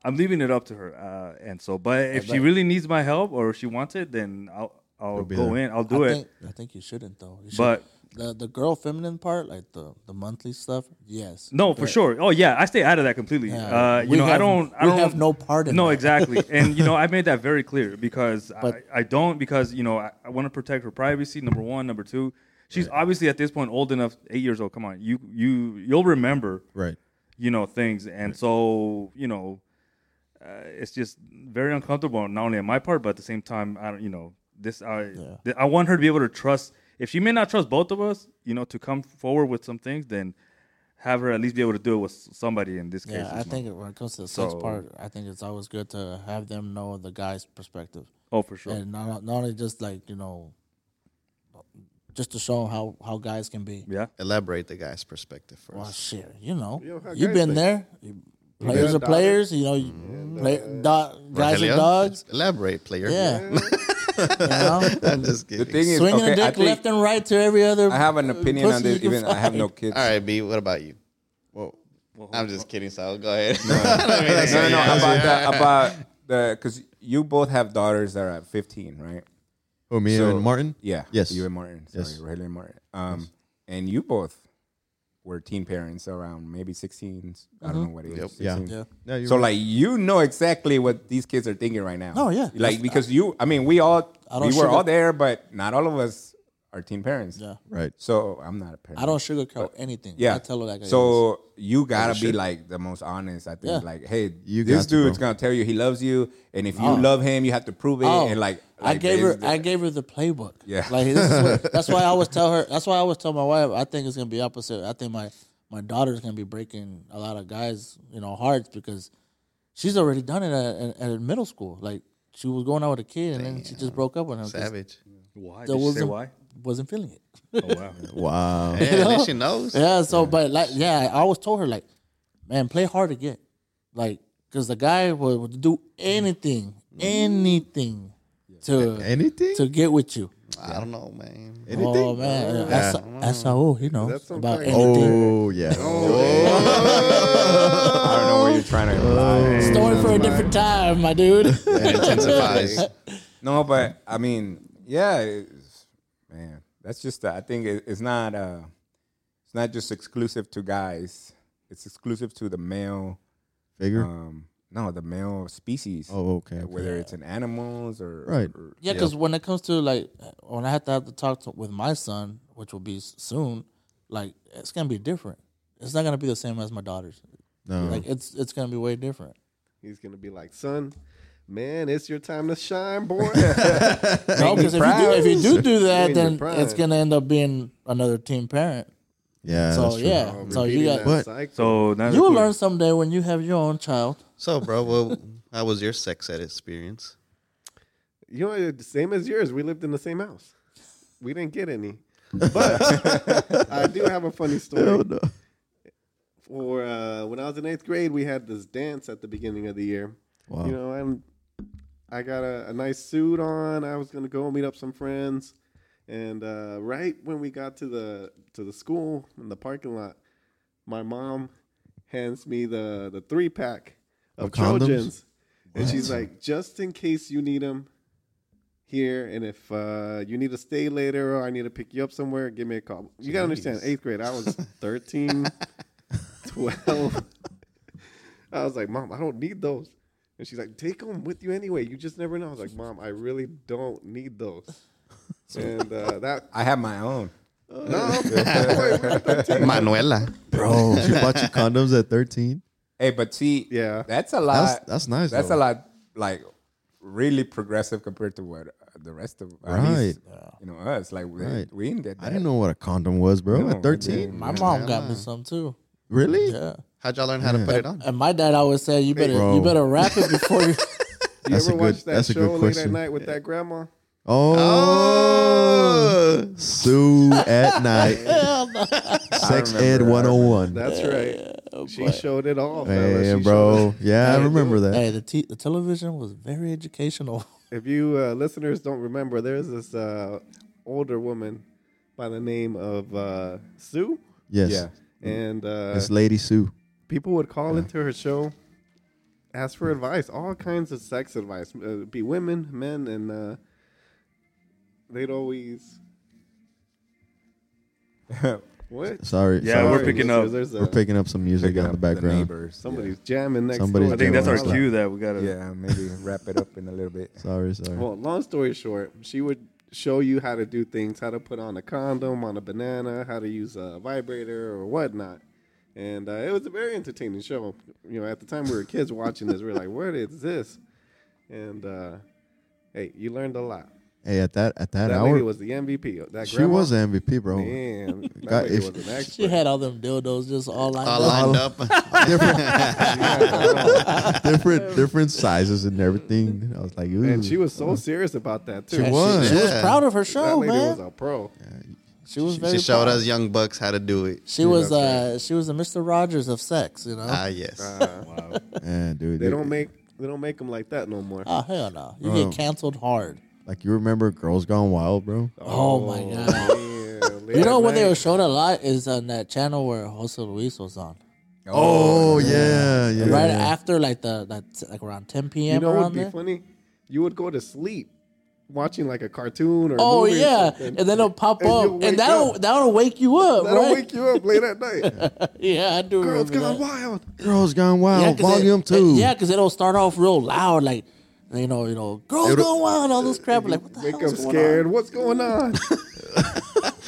S6: I'm leaving it up to her. Uh, and so, but if she really needs my help or if she wants it, then I'll, I'll
S2: be
S6: go
S2: there.
S6: in, I'll
S4: I
S6: do it.
S4: Think, I think you shouldn't though. You should-
S6: But-
S4: the the girl feminine part, like the the monthly stuff, yes.
S6: no, for sure. Oh yeah, I stay out of that completely.
S4: Yeah.
S6: Uh, you
S4: We
S6: know, I
S4: have-
S6: don't. I
S4: we
S6: don't
S4: have no part in
S6: No,
S4: that. <laughs>
S6: exactly. and you know, I made that very clear because
S4: But-
S6: I, I don't because you know I, I want to protect her privacy. Number one, number two, she's obviously at this point old enough, eight years old. Come on, you you you'll remember
S2: right.
S6: you know things and so you know uh, it's just very uncomfortable not only on my part but at the same time i don't you know this i
S4: Yeah.
S6: th- i want her to be able to trust if she may not trust both of us you know to come forward with some things then have her at least be able to do it with s- somebody in this case
S4: Yeah, I
S6: it's my-
S4: think when it comes to the sex
S6: So-
S4: part, I think it's always good to have them know the guy's perspective.
S6: oh for sure
S4: and not not only just like you know, just to show 'em how how guys can be.
S6: yeah
S3: Elaborate the guy's perspective first.
S4: Well, shit, you know,
S5: You know how
S4: you've
S5: guys
S4: been
S5: think.
S4: there. You- Players
S5: Yeah,
S4: are
S5: dog.
S4: players, you know. You
S1: Mm-hmm.
S4: play, do, guys
S3: Rogelio,
S4: are dogs.
S3: Elaborate, player.
S5: <laughs>
S4: Yeah, you
S1: <laughs>
S4: know,
S3: I'm just
S1: The
S3: kidding.
S1: thing is,
S4: swinging
S1: okay,
S4: a
S1: I
S4: dick
S1: think
S4: left and right to every other.
S1: I have an opinion on
S4: pussy you
S1: this.
S4: can <laughs>
S1: Even I have no
S4: find.
S1: kids.
S3: All right, B, what about you?
S2: Well,
S3: I'm just kidding, so go <laughs> ahead.
S1: No, no, no.
S3: Yeah,
S1: About
S5: <laughs>
S3: yeah.
S1: that, about the because you both have daughters that are at 15, right?
S2: oh, me
S1: So-
S2: and Martin.
S1: Yeah.
S2: Yes.
S1: You and Martin. Sorry,
S2: Yes.
S1: Riley and Martin. Um, and you both were teen parents around maybe 16. I don't know what age.
S3: Yep.
S1: 16.
S2: Yeah.
S4: Yeah.
S2: No, you're
S1: So
S2: right.
S1: like you know exactly what these kids are thinking right now.
S4: Oh, yeah.
S1: Like because you, I mean, we all
S4: I don't
S1: we were all
S4: sugar-
S1: there, but not all of us our teen parents.
S4: Yeah.
S2: Right.
S1: So I'm not a parent.
S4: I don't sugarcoat anything.
S1: Yeah.
S4: I tell her that.
S1: So you gotta be like the most honest. I think.
S4: Yeah.
S1: Like, hey,
S2: You
S1: this
S2: got to,
S1: dude's
S2: bro.
S1: gonna tell you he loves you, and if you
S4: Oh.
S1: love him, you have to prove it.
S4: Oh,
S1: and like,
S4: I
S1: like
S4: gave her,
S1: this-
S4: I gave her the playbook.
S1: Yeah.
S4: like this is what, that's why I always tell her. That's why I always tell my wife. I think it's gonna be opposite. I think my my daughter's gonna be breaking a lot of guys, you know, hearts because she's already done it at, at, at middle school. Like she was going out with a kid and then she just broke up with him. 'cause
S3: Savage.
S6: Why?
S4: There
S6: Did you say
S4: wasn't
S6: why?
S4: wasn't feeling it.
S6: Oh wow.
S3: <laughs>
S2: Wow.
S3: Yeah, at least she knows.
S4: Yeah, so but like yeah, I always told her like, man, play hard to get, like because the guy would, would do anything, anything to
S2: Anything?
S4: to get with you.
S3: I don't know, man.
S2: Anything?
S4: Oh man, yeah. that's that's how he knows
S5: That's some
S4: about
S5: kind of-
S4: anything.
S2: Oh yeah.
S1: I don't know where you're trying to.
S4: <laughs> Story for a different time, my dude.
S3: It intensifies.
S1: No, but I mean, yeah, it's, man, that's just. The, I think it, it's not. Uh, it's not just exclusive to guys. It's exclusive to the male.
S2: Figure.
S1: Um, no, the male species.
S2: oh okay. okay.
S1: Whether it's in animals or
S2: Right.
S1: or-
S4: Yeah, because when it comes to like when I have to have to talk to, with my son, which will be s- soon, like it's gonna be different. It's not gonna be the same as my daughter's.
S2: No.
S4: Like it's it's gonna be way different.
S5: He's gonna be like, son, man, it's your time to shine, boy.
S4: No, because if you do if you do do that,
S5: You're in
S4: then
S5: your prime.
S4: it's gonna end up being another team parent.
S2: yeah.
S4: so
S2: that's true.
S4: yeah, so you got
S2: But-
S5: so
S6: So now
S4: you will
S6: that-
S4: learn someday when you have your own child.
S3: So, bro, well, how was your sex ed experience?
S5: you know, the same as yours. We lived in the same house. We didn't get any, but <laughs> I do have a funny story.
S2: Hell no.
S5: For uh, when I was in eighth grade, we had this dance at the beginning of the year.
S2: Wow.
S5: You know, I'm, I got a, a nice suit on. I was gonna go meet up some friends, and uh, right when we got to the to the school in the parking lot, my mom hands me the the three pack of,
S2: Of condoms?
S5: Trojans, and she's like, "Just in case you need them, here. And if uh, you need to stay later or I need to pick you up somewhere, give me a call." You gotta understand, eighth grade, I was
S2: <laughs>
S5: 13, 12. I was like, "Mom, I don't need those." And she's like, "Take them with you anyway. You just never know." I was like, "Mom, I really don't need
S2: <laughs>
S5: those." and uh, that
S1: I have my own.
S2: Oh. <laughs>
S3: Manuela.
S2: Bro, Oh, she bought you condoms at 13.
S1: <laughs> Hey, but see,
S5: Yeah.
S1: that's a lot.
S2: That's that's nice.
S1: That's
S2: though.
S1: a lot, like really progressive compared to what uh, the rest of at
S2: Right.
S1: least, you know, us. Like we,
S2: Right.
S1: we didn't get that.
S2: I didn't know what a condom was, bro.
S1: No, I
S2: at 13.
S4: My mom got me some too.
S2: Really?
S4: Yeah.
S3: How'd y'all learn how to put it on?
S4: And my dad always said, "You better,
S2: Bro.
S4: you better wrap it before <laughs> you."
S5: you
S2: That's a
S5: ever
S2: good-
S5: watch that
S2: that's a
S5: show
S2: good
S5: late at
S2: question.
S5: night with that grandma?
S2: Oh, Sue at night. Sex Ed
S1: remember, I
S2: 101.
S5: That's right. she showed it all, fellas.
S2: Man,
S5: She showed
S2: bro. Yeah, I
S5: Hey,
S2: remember that.
S4: hey, the t- the television was very educational. <laughs>
S5: If you uh, listeners don't remember, there's this uh, older woman by the name of uh, Sue,
S2: Yes.
S1: Yeah.
S5: and uh,
S2: It's Lady Sue.
S5: people would call into her show, ask for advice, all kinds of sex advice, uh, it'd be women, men, and uh, they'd always
S1: <laughs>
S5: what?
S2: Sorry.
S6: Yeah,
S2: sorry.
S6: we're picking up-
S5: listeners, There's a,
S2: We're picking up some music
S1: Picking
S2: out in
S1: up
S2: the background.
S1: neighbors.
S5: somebody's jamming next
S2: Somebody's
S5: door.
S6: I think that's our
S2: Yeah.
S6: cue that we gotta.
S1: Yeah. yeah, maybe wrap it up in a little bit.
S2: sorry, sorry.
S5: Well, long story short, she would show you how to do things, how to put on a condom, on a banana, how to use a vibrator or whatnot. And uh, it was a very entertaining show. You know, at the time we were kids watching this, we were like, "What is this?" And uh, hey, you learned a lot.
S2: hey, at that at that,
S5: That
S2: hour,
S5: lady was the MVP. That
S2: she
S5: grandma,
S2: was the MVP, bro.
S5: man. That
S2: God,
S5: lady
S2: if-
S5: was an expert.
S4: she had all them dildos just all lined
S3: All
S4: up.
S3: lined up.
S2: <laughs>
S5: <laughs>
S2: different different sizes and everything. I was like, ooh.
S5: and she was so serious about that too.
S2: Mm. She was.
S4: She was
S3: Yeah.
S4: proud of her
S5: That
S4: show,
S5: lady
S4: man.
S5: was a pro.
S4: she was
S3: <laughs>
S4: very.
S3: She showed
S4: proud.
S3: us young bucks how to do it.
S4: She was uh, she was the Mister Rogers of sex, you know.
S3: Ah, yes.
S2: Man, dude.
S5: They
S2: it-
S5: don't make they don't make them like that no more.
S4: oh hell no, you
S2: Bro.
S4: get canceled hard.
S2: like you remember Girls Gone Wild, bro?
S4: Oh, my god.
S5: Yeah,
S4: You know
S5: late
S4: what
S5: at
S4: they
S5: night.
S4: were showing a lot is on that channel where Jose Luis was on.
S2: Oh, yeah, yeah.
S4: Right after like the like, like around 10 p.m.
S5: You know what
S4: around
S5: would be
S4: there.
S5: funny? You would go to sleep watching like a cartoon or a
S4: Oh
S5: movie or
S4: yeah, and <laughs>
S5: something.
S4: then it'll pop
S5: And
S4: up,
S5: you'll wake
S4: and that'll
S5: up.
S4: that'll wake you up,
S5: that'll
S4: right?
S5: wake you up late
S4: <laughs>
S5: at night.
S4: yeah, I do
S5: Girls
S4: remember that.
S5: gone wild.
S2: Girls Gone Wild,
S4: Yeah, 'cause it-
S2: Volume
S4: it-
S2: Two.
S4: yeah, because it'll start off real loud, like
S3: Uh,
S4: you know, you know, girls gone wild, all this crap. Like what the
S5: Wake
S4: hell's
S5: up
S4: going on? <laughs>
S5: scared. What's going on?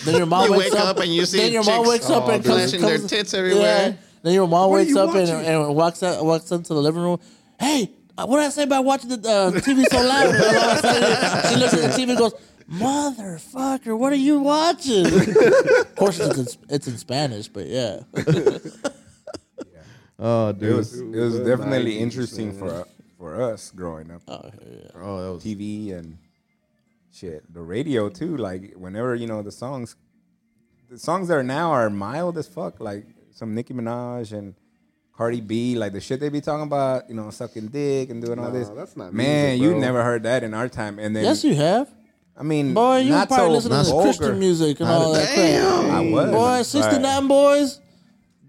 S4: Then your mom
S3: <laughs> You
S4: wakes
S3: wake up and you see
S4: Then your mom
S3: chicks
S4: wakes up and comes,
S3: flashing their
S4: comes-
S3: tits everywhere.
S4: Then your mom
S6: What are
S4: wakes
S6: you
S4: up and,
S6: watching?
S4: and walks out, walks into the living room. Hey, uh, what did I say about watching the uh, TV so loud? <laughs> And all of a sudden, she looks at the TV and goes, "Motherfucker, what are you watching?" <laughs> of course, it's in, it's in Spanish, but yeah.
S1: <laughs>
S2: Oh,
S1: It
S2: dude.
S1: was it was definitely interesting for uh, for us growing up.
S4: Oh, yeah.
S2: oh, that was
S1: TV and shit. The radio too. Like whenever you know the songs, the songs that are now are mild as fuck. Like some Nicki Minaj and Cardi B. Like the shit they be talking about. You know, sucking dick and doing all
S5: Nah,
S1: this.
S5: that's not
S1: man.
S5: music,
S1: you
S5: bro.
S1: never heard that in our time. And then
S4: Yes, you have.
S1: I mean,
S4: Boy, you
S1: not
S4: probably
S1: so
S4: listening to
S1: vulgar.
S4: Christian music and all that crap.
S1: I was
S4: Boy,
S1: but-
S4: 69 boys,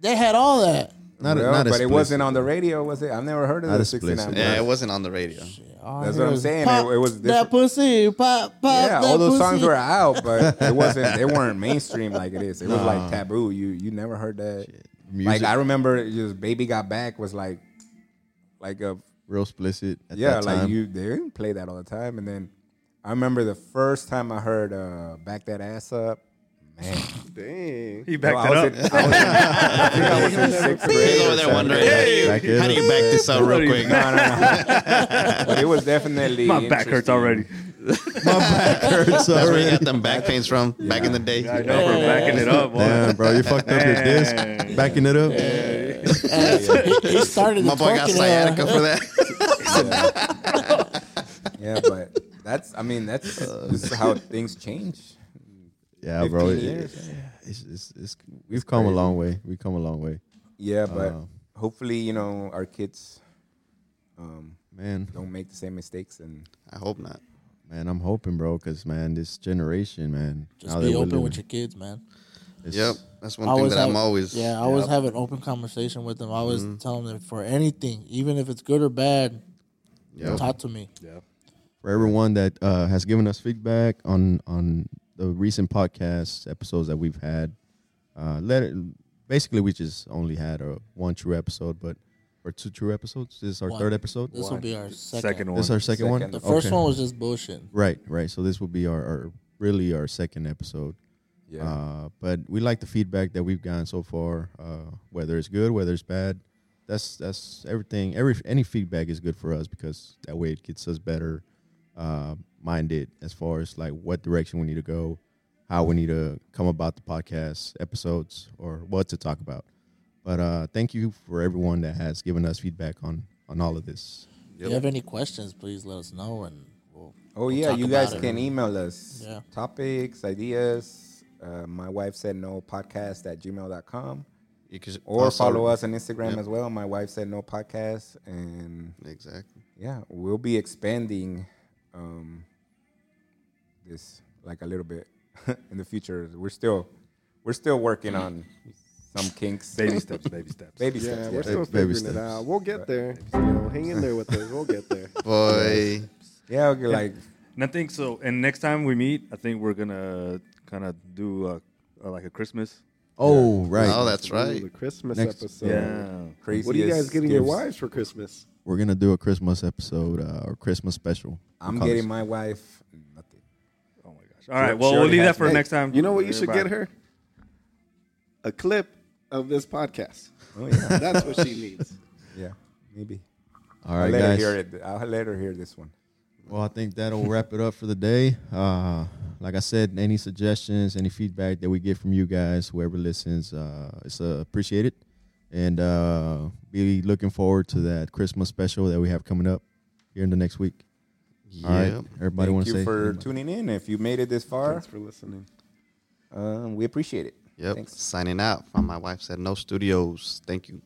S4: they had all that.
S2: not,
S1: Well,
S2: not
S1: but it
S2: explicit.
S1: wasn't on the radio, was it? I've never heard of
S2: Not
S1: the 69.
S2: explicit.
S3: Yeah,
S1: Bars.
S3: it wasn't on the radio.
S4: All I
S1: That's
S4: heard
S1: what I'm
S4: was,
S1: saying.
S4: "Pop
S1: It- it was
S4: that
S1: different."
S4: pussy, pop, pop.
S1: Yeah,
S4: that
S1: all those
S4: pussy.
S1: songs were
S4: <laughs>
S1: out, but it wasn't. They
S2: <laughs>
S1: weren't mainstream like it is. It was like taboo. You you never heard that.
S2: Music-
S1: Like I remember, just "Baby Got Back" was like, like a
S2: real explicit. At
S1: yeah,
S2: that
S1: like
S2: time.
S1: you they didn't play that all the time. And then I remember the first time I heard uh, "Back That Ass Up."
S2: <laughs>
S1: Man,
S5: Dang.
S6: <laughs> He backed
S1: I was
S6: it
S1: in-
S6: up.
S1: I was- I think I was
S3: <laughs>
S1: in sixth grade
S3: He's
S1: or
S3: over there
S1: seventh
S3: wondering
S1: grade.
S3: how, do you,
S2: Back it
S3: how do
S2: up.
S3: you back this up real quick.
S1: No, no,
S3: <laughs>
S1: no. but it was definitely
S6: <laughs> My back hurts
S1: interesting.
S6: already.
S2: Hurts
S3: That's where you
S2: already.
S3: got them back pains from back in the day.
S6: I <laughs> know for backing it up.
S2: <laughs>
S6: boy.
S2: Damn, bro, you fucked up your disc.
S6: Dang.
S2: Backing it up.
S4: He- he started
S3: My
S4: the
S3: boy got
S4: twerking
S3: sciatica
S4: era.
S3: for that.
S1: Yeah, but that's I mean that's this is how things change.
S2: Yeah, bro.
S1: 15
S2: it-
S1: years.
S2: it's, it's, it's, we've come a long way. We've come a long way.
S1: Yeah, but
S2: Wow.
S1: hopefully, you know, our kids um,
S2: Man,
S1: don't make the same mistakes. And
S3: I hope not.
S2: man, I'm hoping, bro, because, man, this generation, man.
S4: Just be open with your kids, man.
S2: kids.
S3: Yep, that's one thing that
S4: have,
S3: I'm always. Mm-hmm.
S4: yeah. I always have an open conversation with them. I always tell them that for anything, even if it's good or bad, talk to me.
S2: for everyone that uh, has given us feedback on on the recent podcast episodes that we've had. Uh, let it, basically we just only had a one true episode, but or two true episodes. This is our
S4: One.
S2: third episode.
S4: This will be our second.
S6: Second one.
S2: This is our second, one.
S1: Second.
S4: The first
S2: Okay.
S4: one was just bullshit.
S2: right, right. So this will be our, our really our second episode.
S1: yeah,
S2: Uh, but we like the feedback that we've gotten so far, uh, whether it's good, whether it's bad. That's that's everything. Every any feedback is good for us because that way it gets us better uh, minded as far as like what direction we need to go, how we need to come about the podcast episodes, or what to talk about. But uh, thank you for everyone that has given us feedback on on all of this.
S4: If you have any questions, please let us know, and we'll
S1: oh
S4: we'll
S1: yeah,
S4: talk
S1: you
S4: about
S1: guys
S4: it.
S1: can email us
S4: Yeah.
S1: topics, ideas. Uh, my wife said no podcast at gmail.com
S3: You could
S1: or
S3: also-
S1: follow us on Instagram
S3: Yep.
S1: as well. My wife said no podcast, and
S3: Exactly.
S1: yeah, we'll be expanding um, this like a little bit <laughs> in the future. We're still we're still working on some kinks,
S6: Baby steps, baby steps.
S1: baby
S5: Yeah,
S1: steps.
S5: we're
S1: Yeah,
S5: still
S2: Baby
S5: figuring
S2: steps.
S5: it out. We'll get there. You know, hang in there with us. We'll get
S2: <laughs>
S5: there.
S3: Boy,
S1: yeah okay, like
S6: And I think so. And next time we meet, I think we're gonna kind of do uh uh like a Christmas.
S2: Oh right,
S3: oh, that's
S5: Ooh,
S3: right.
S5: the Christmas
S2: Next-
S5: episode.
S1: crazy.
S5: What are you guys getting your wives for Christmas?
S2: we're gonna do a Christmas episode uh, or Christmas special.
S1: I'm
S2: We'll call
S1: getting
S2: this-
S1: my wife nothing.
S6: Oh my gosh! All right.
S1: al- she
S6: Well, we'll
S1: already
S6: leave that
S1: has
S6: for
S1: me.
S6: next
S4: Mm,
S6: time.
S5: You know what you should
S6: Everybody.
S5: get her? A clip of this podcast.
S1: Oh
S5: <laughs>
S1: yeah,
S5: That's what
S4: <laughs>
S5: she needs.
S1: yeah, maybe.
S2: All
S1: I'll
S2: right,
S1: let
S2: guys.
S1: her hear it. I'll let her hear this one.
S2: Well, I think that'll wrap it up for the day. Uh, like I said, any suggestions, any feedback that we get from you guys, whoever listens, uh, it's uh, appreciated. And uh, be looking forward to that Christmas special that we have coming up here in the next week. All right,
S3: Yeah.
S2: everybody want
S1: Thank
S2: to
S1: you
S2: say
S1: for tuning in. If you made it this far,
S5: Thanks for listening.
S1: um, we appreciate it.
S3: Yep.
S1: Thanks.
S3: Signing out from my wife said no studios. Thank you.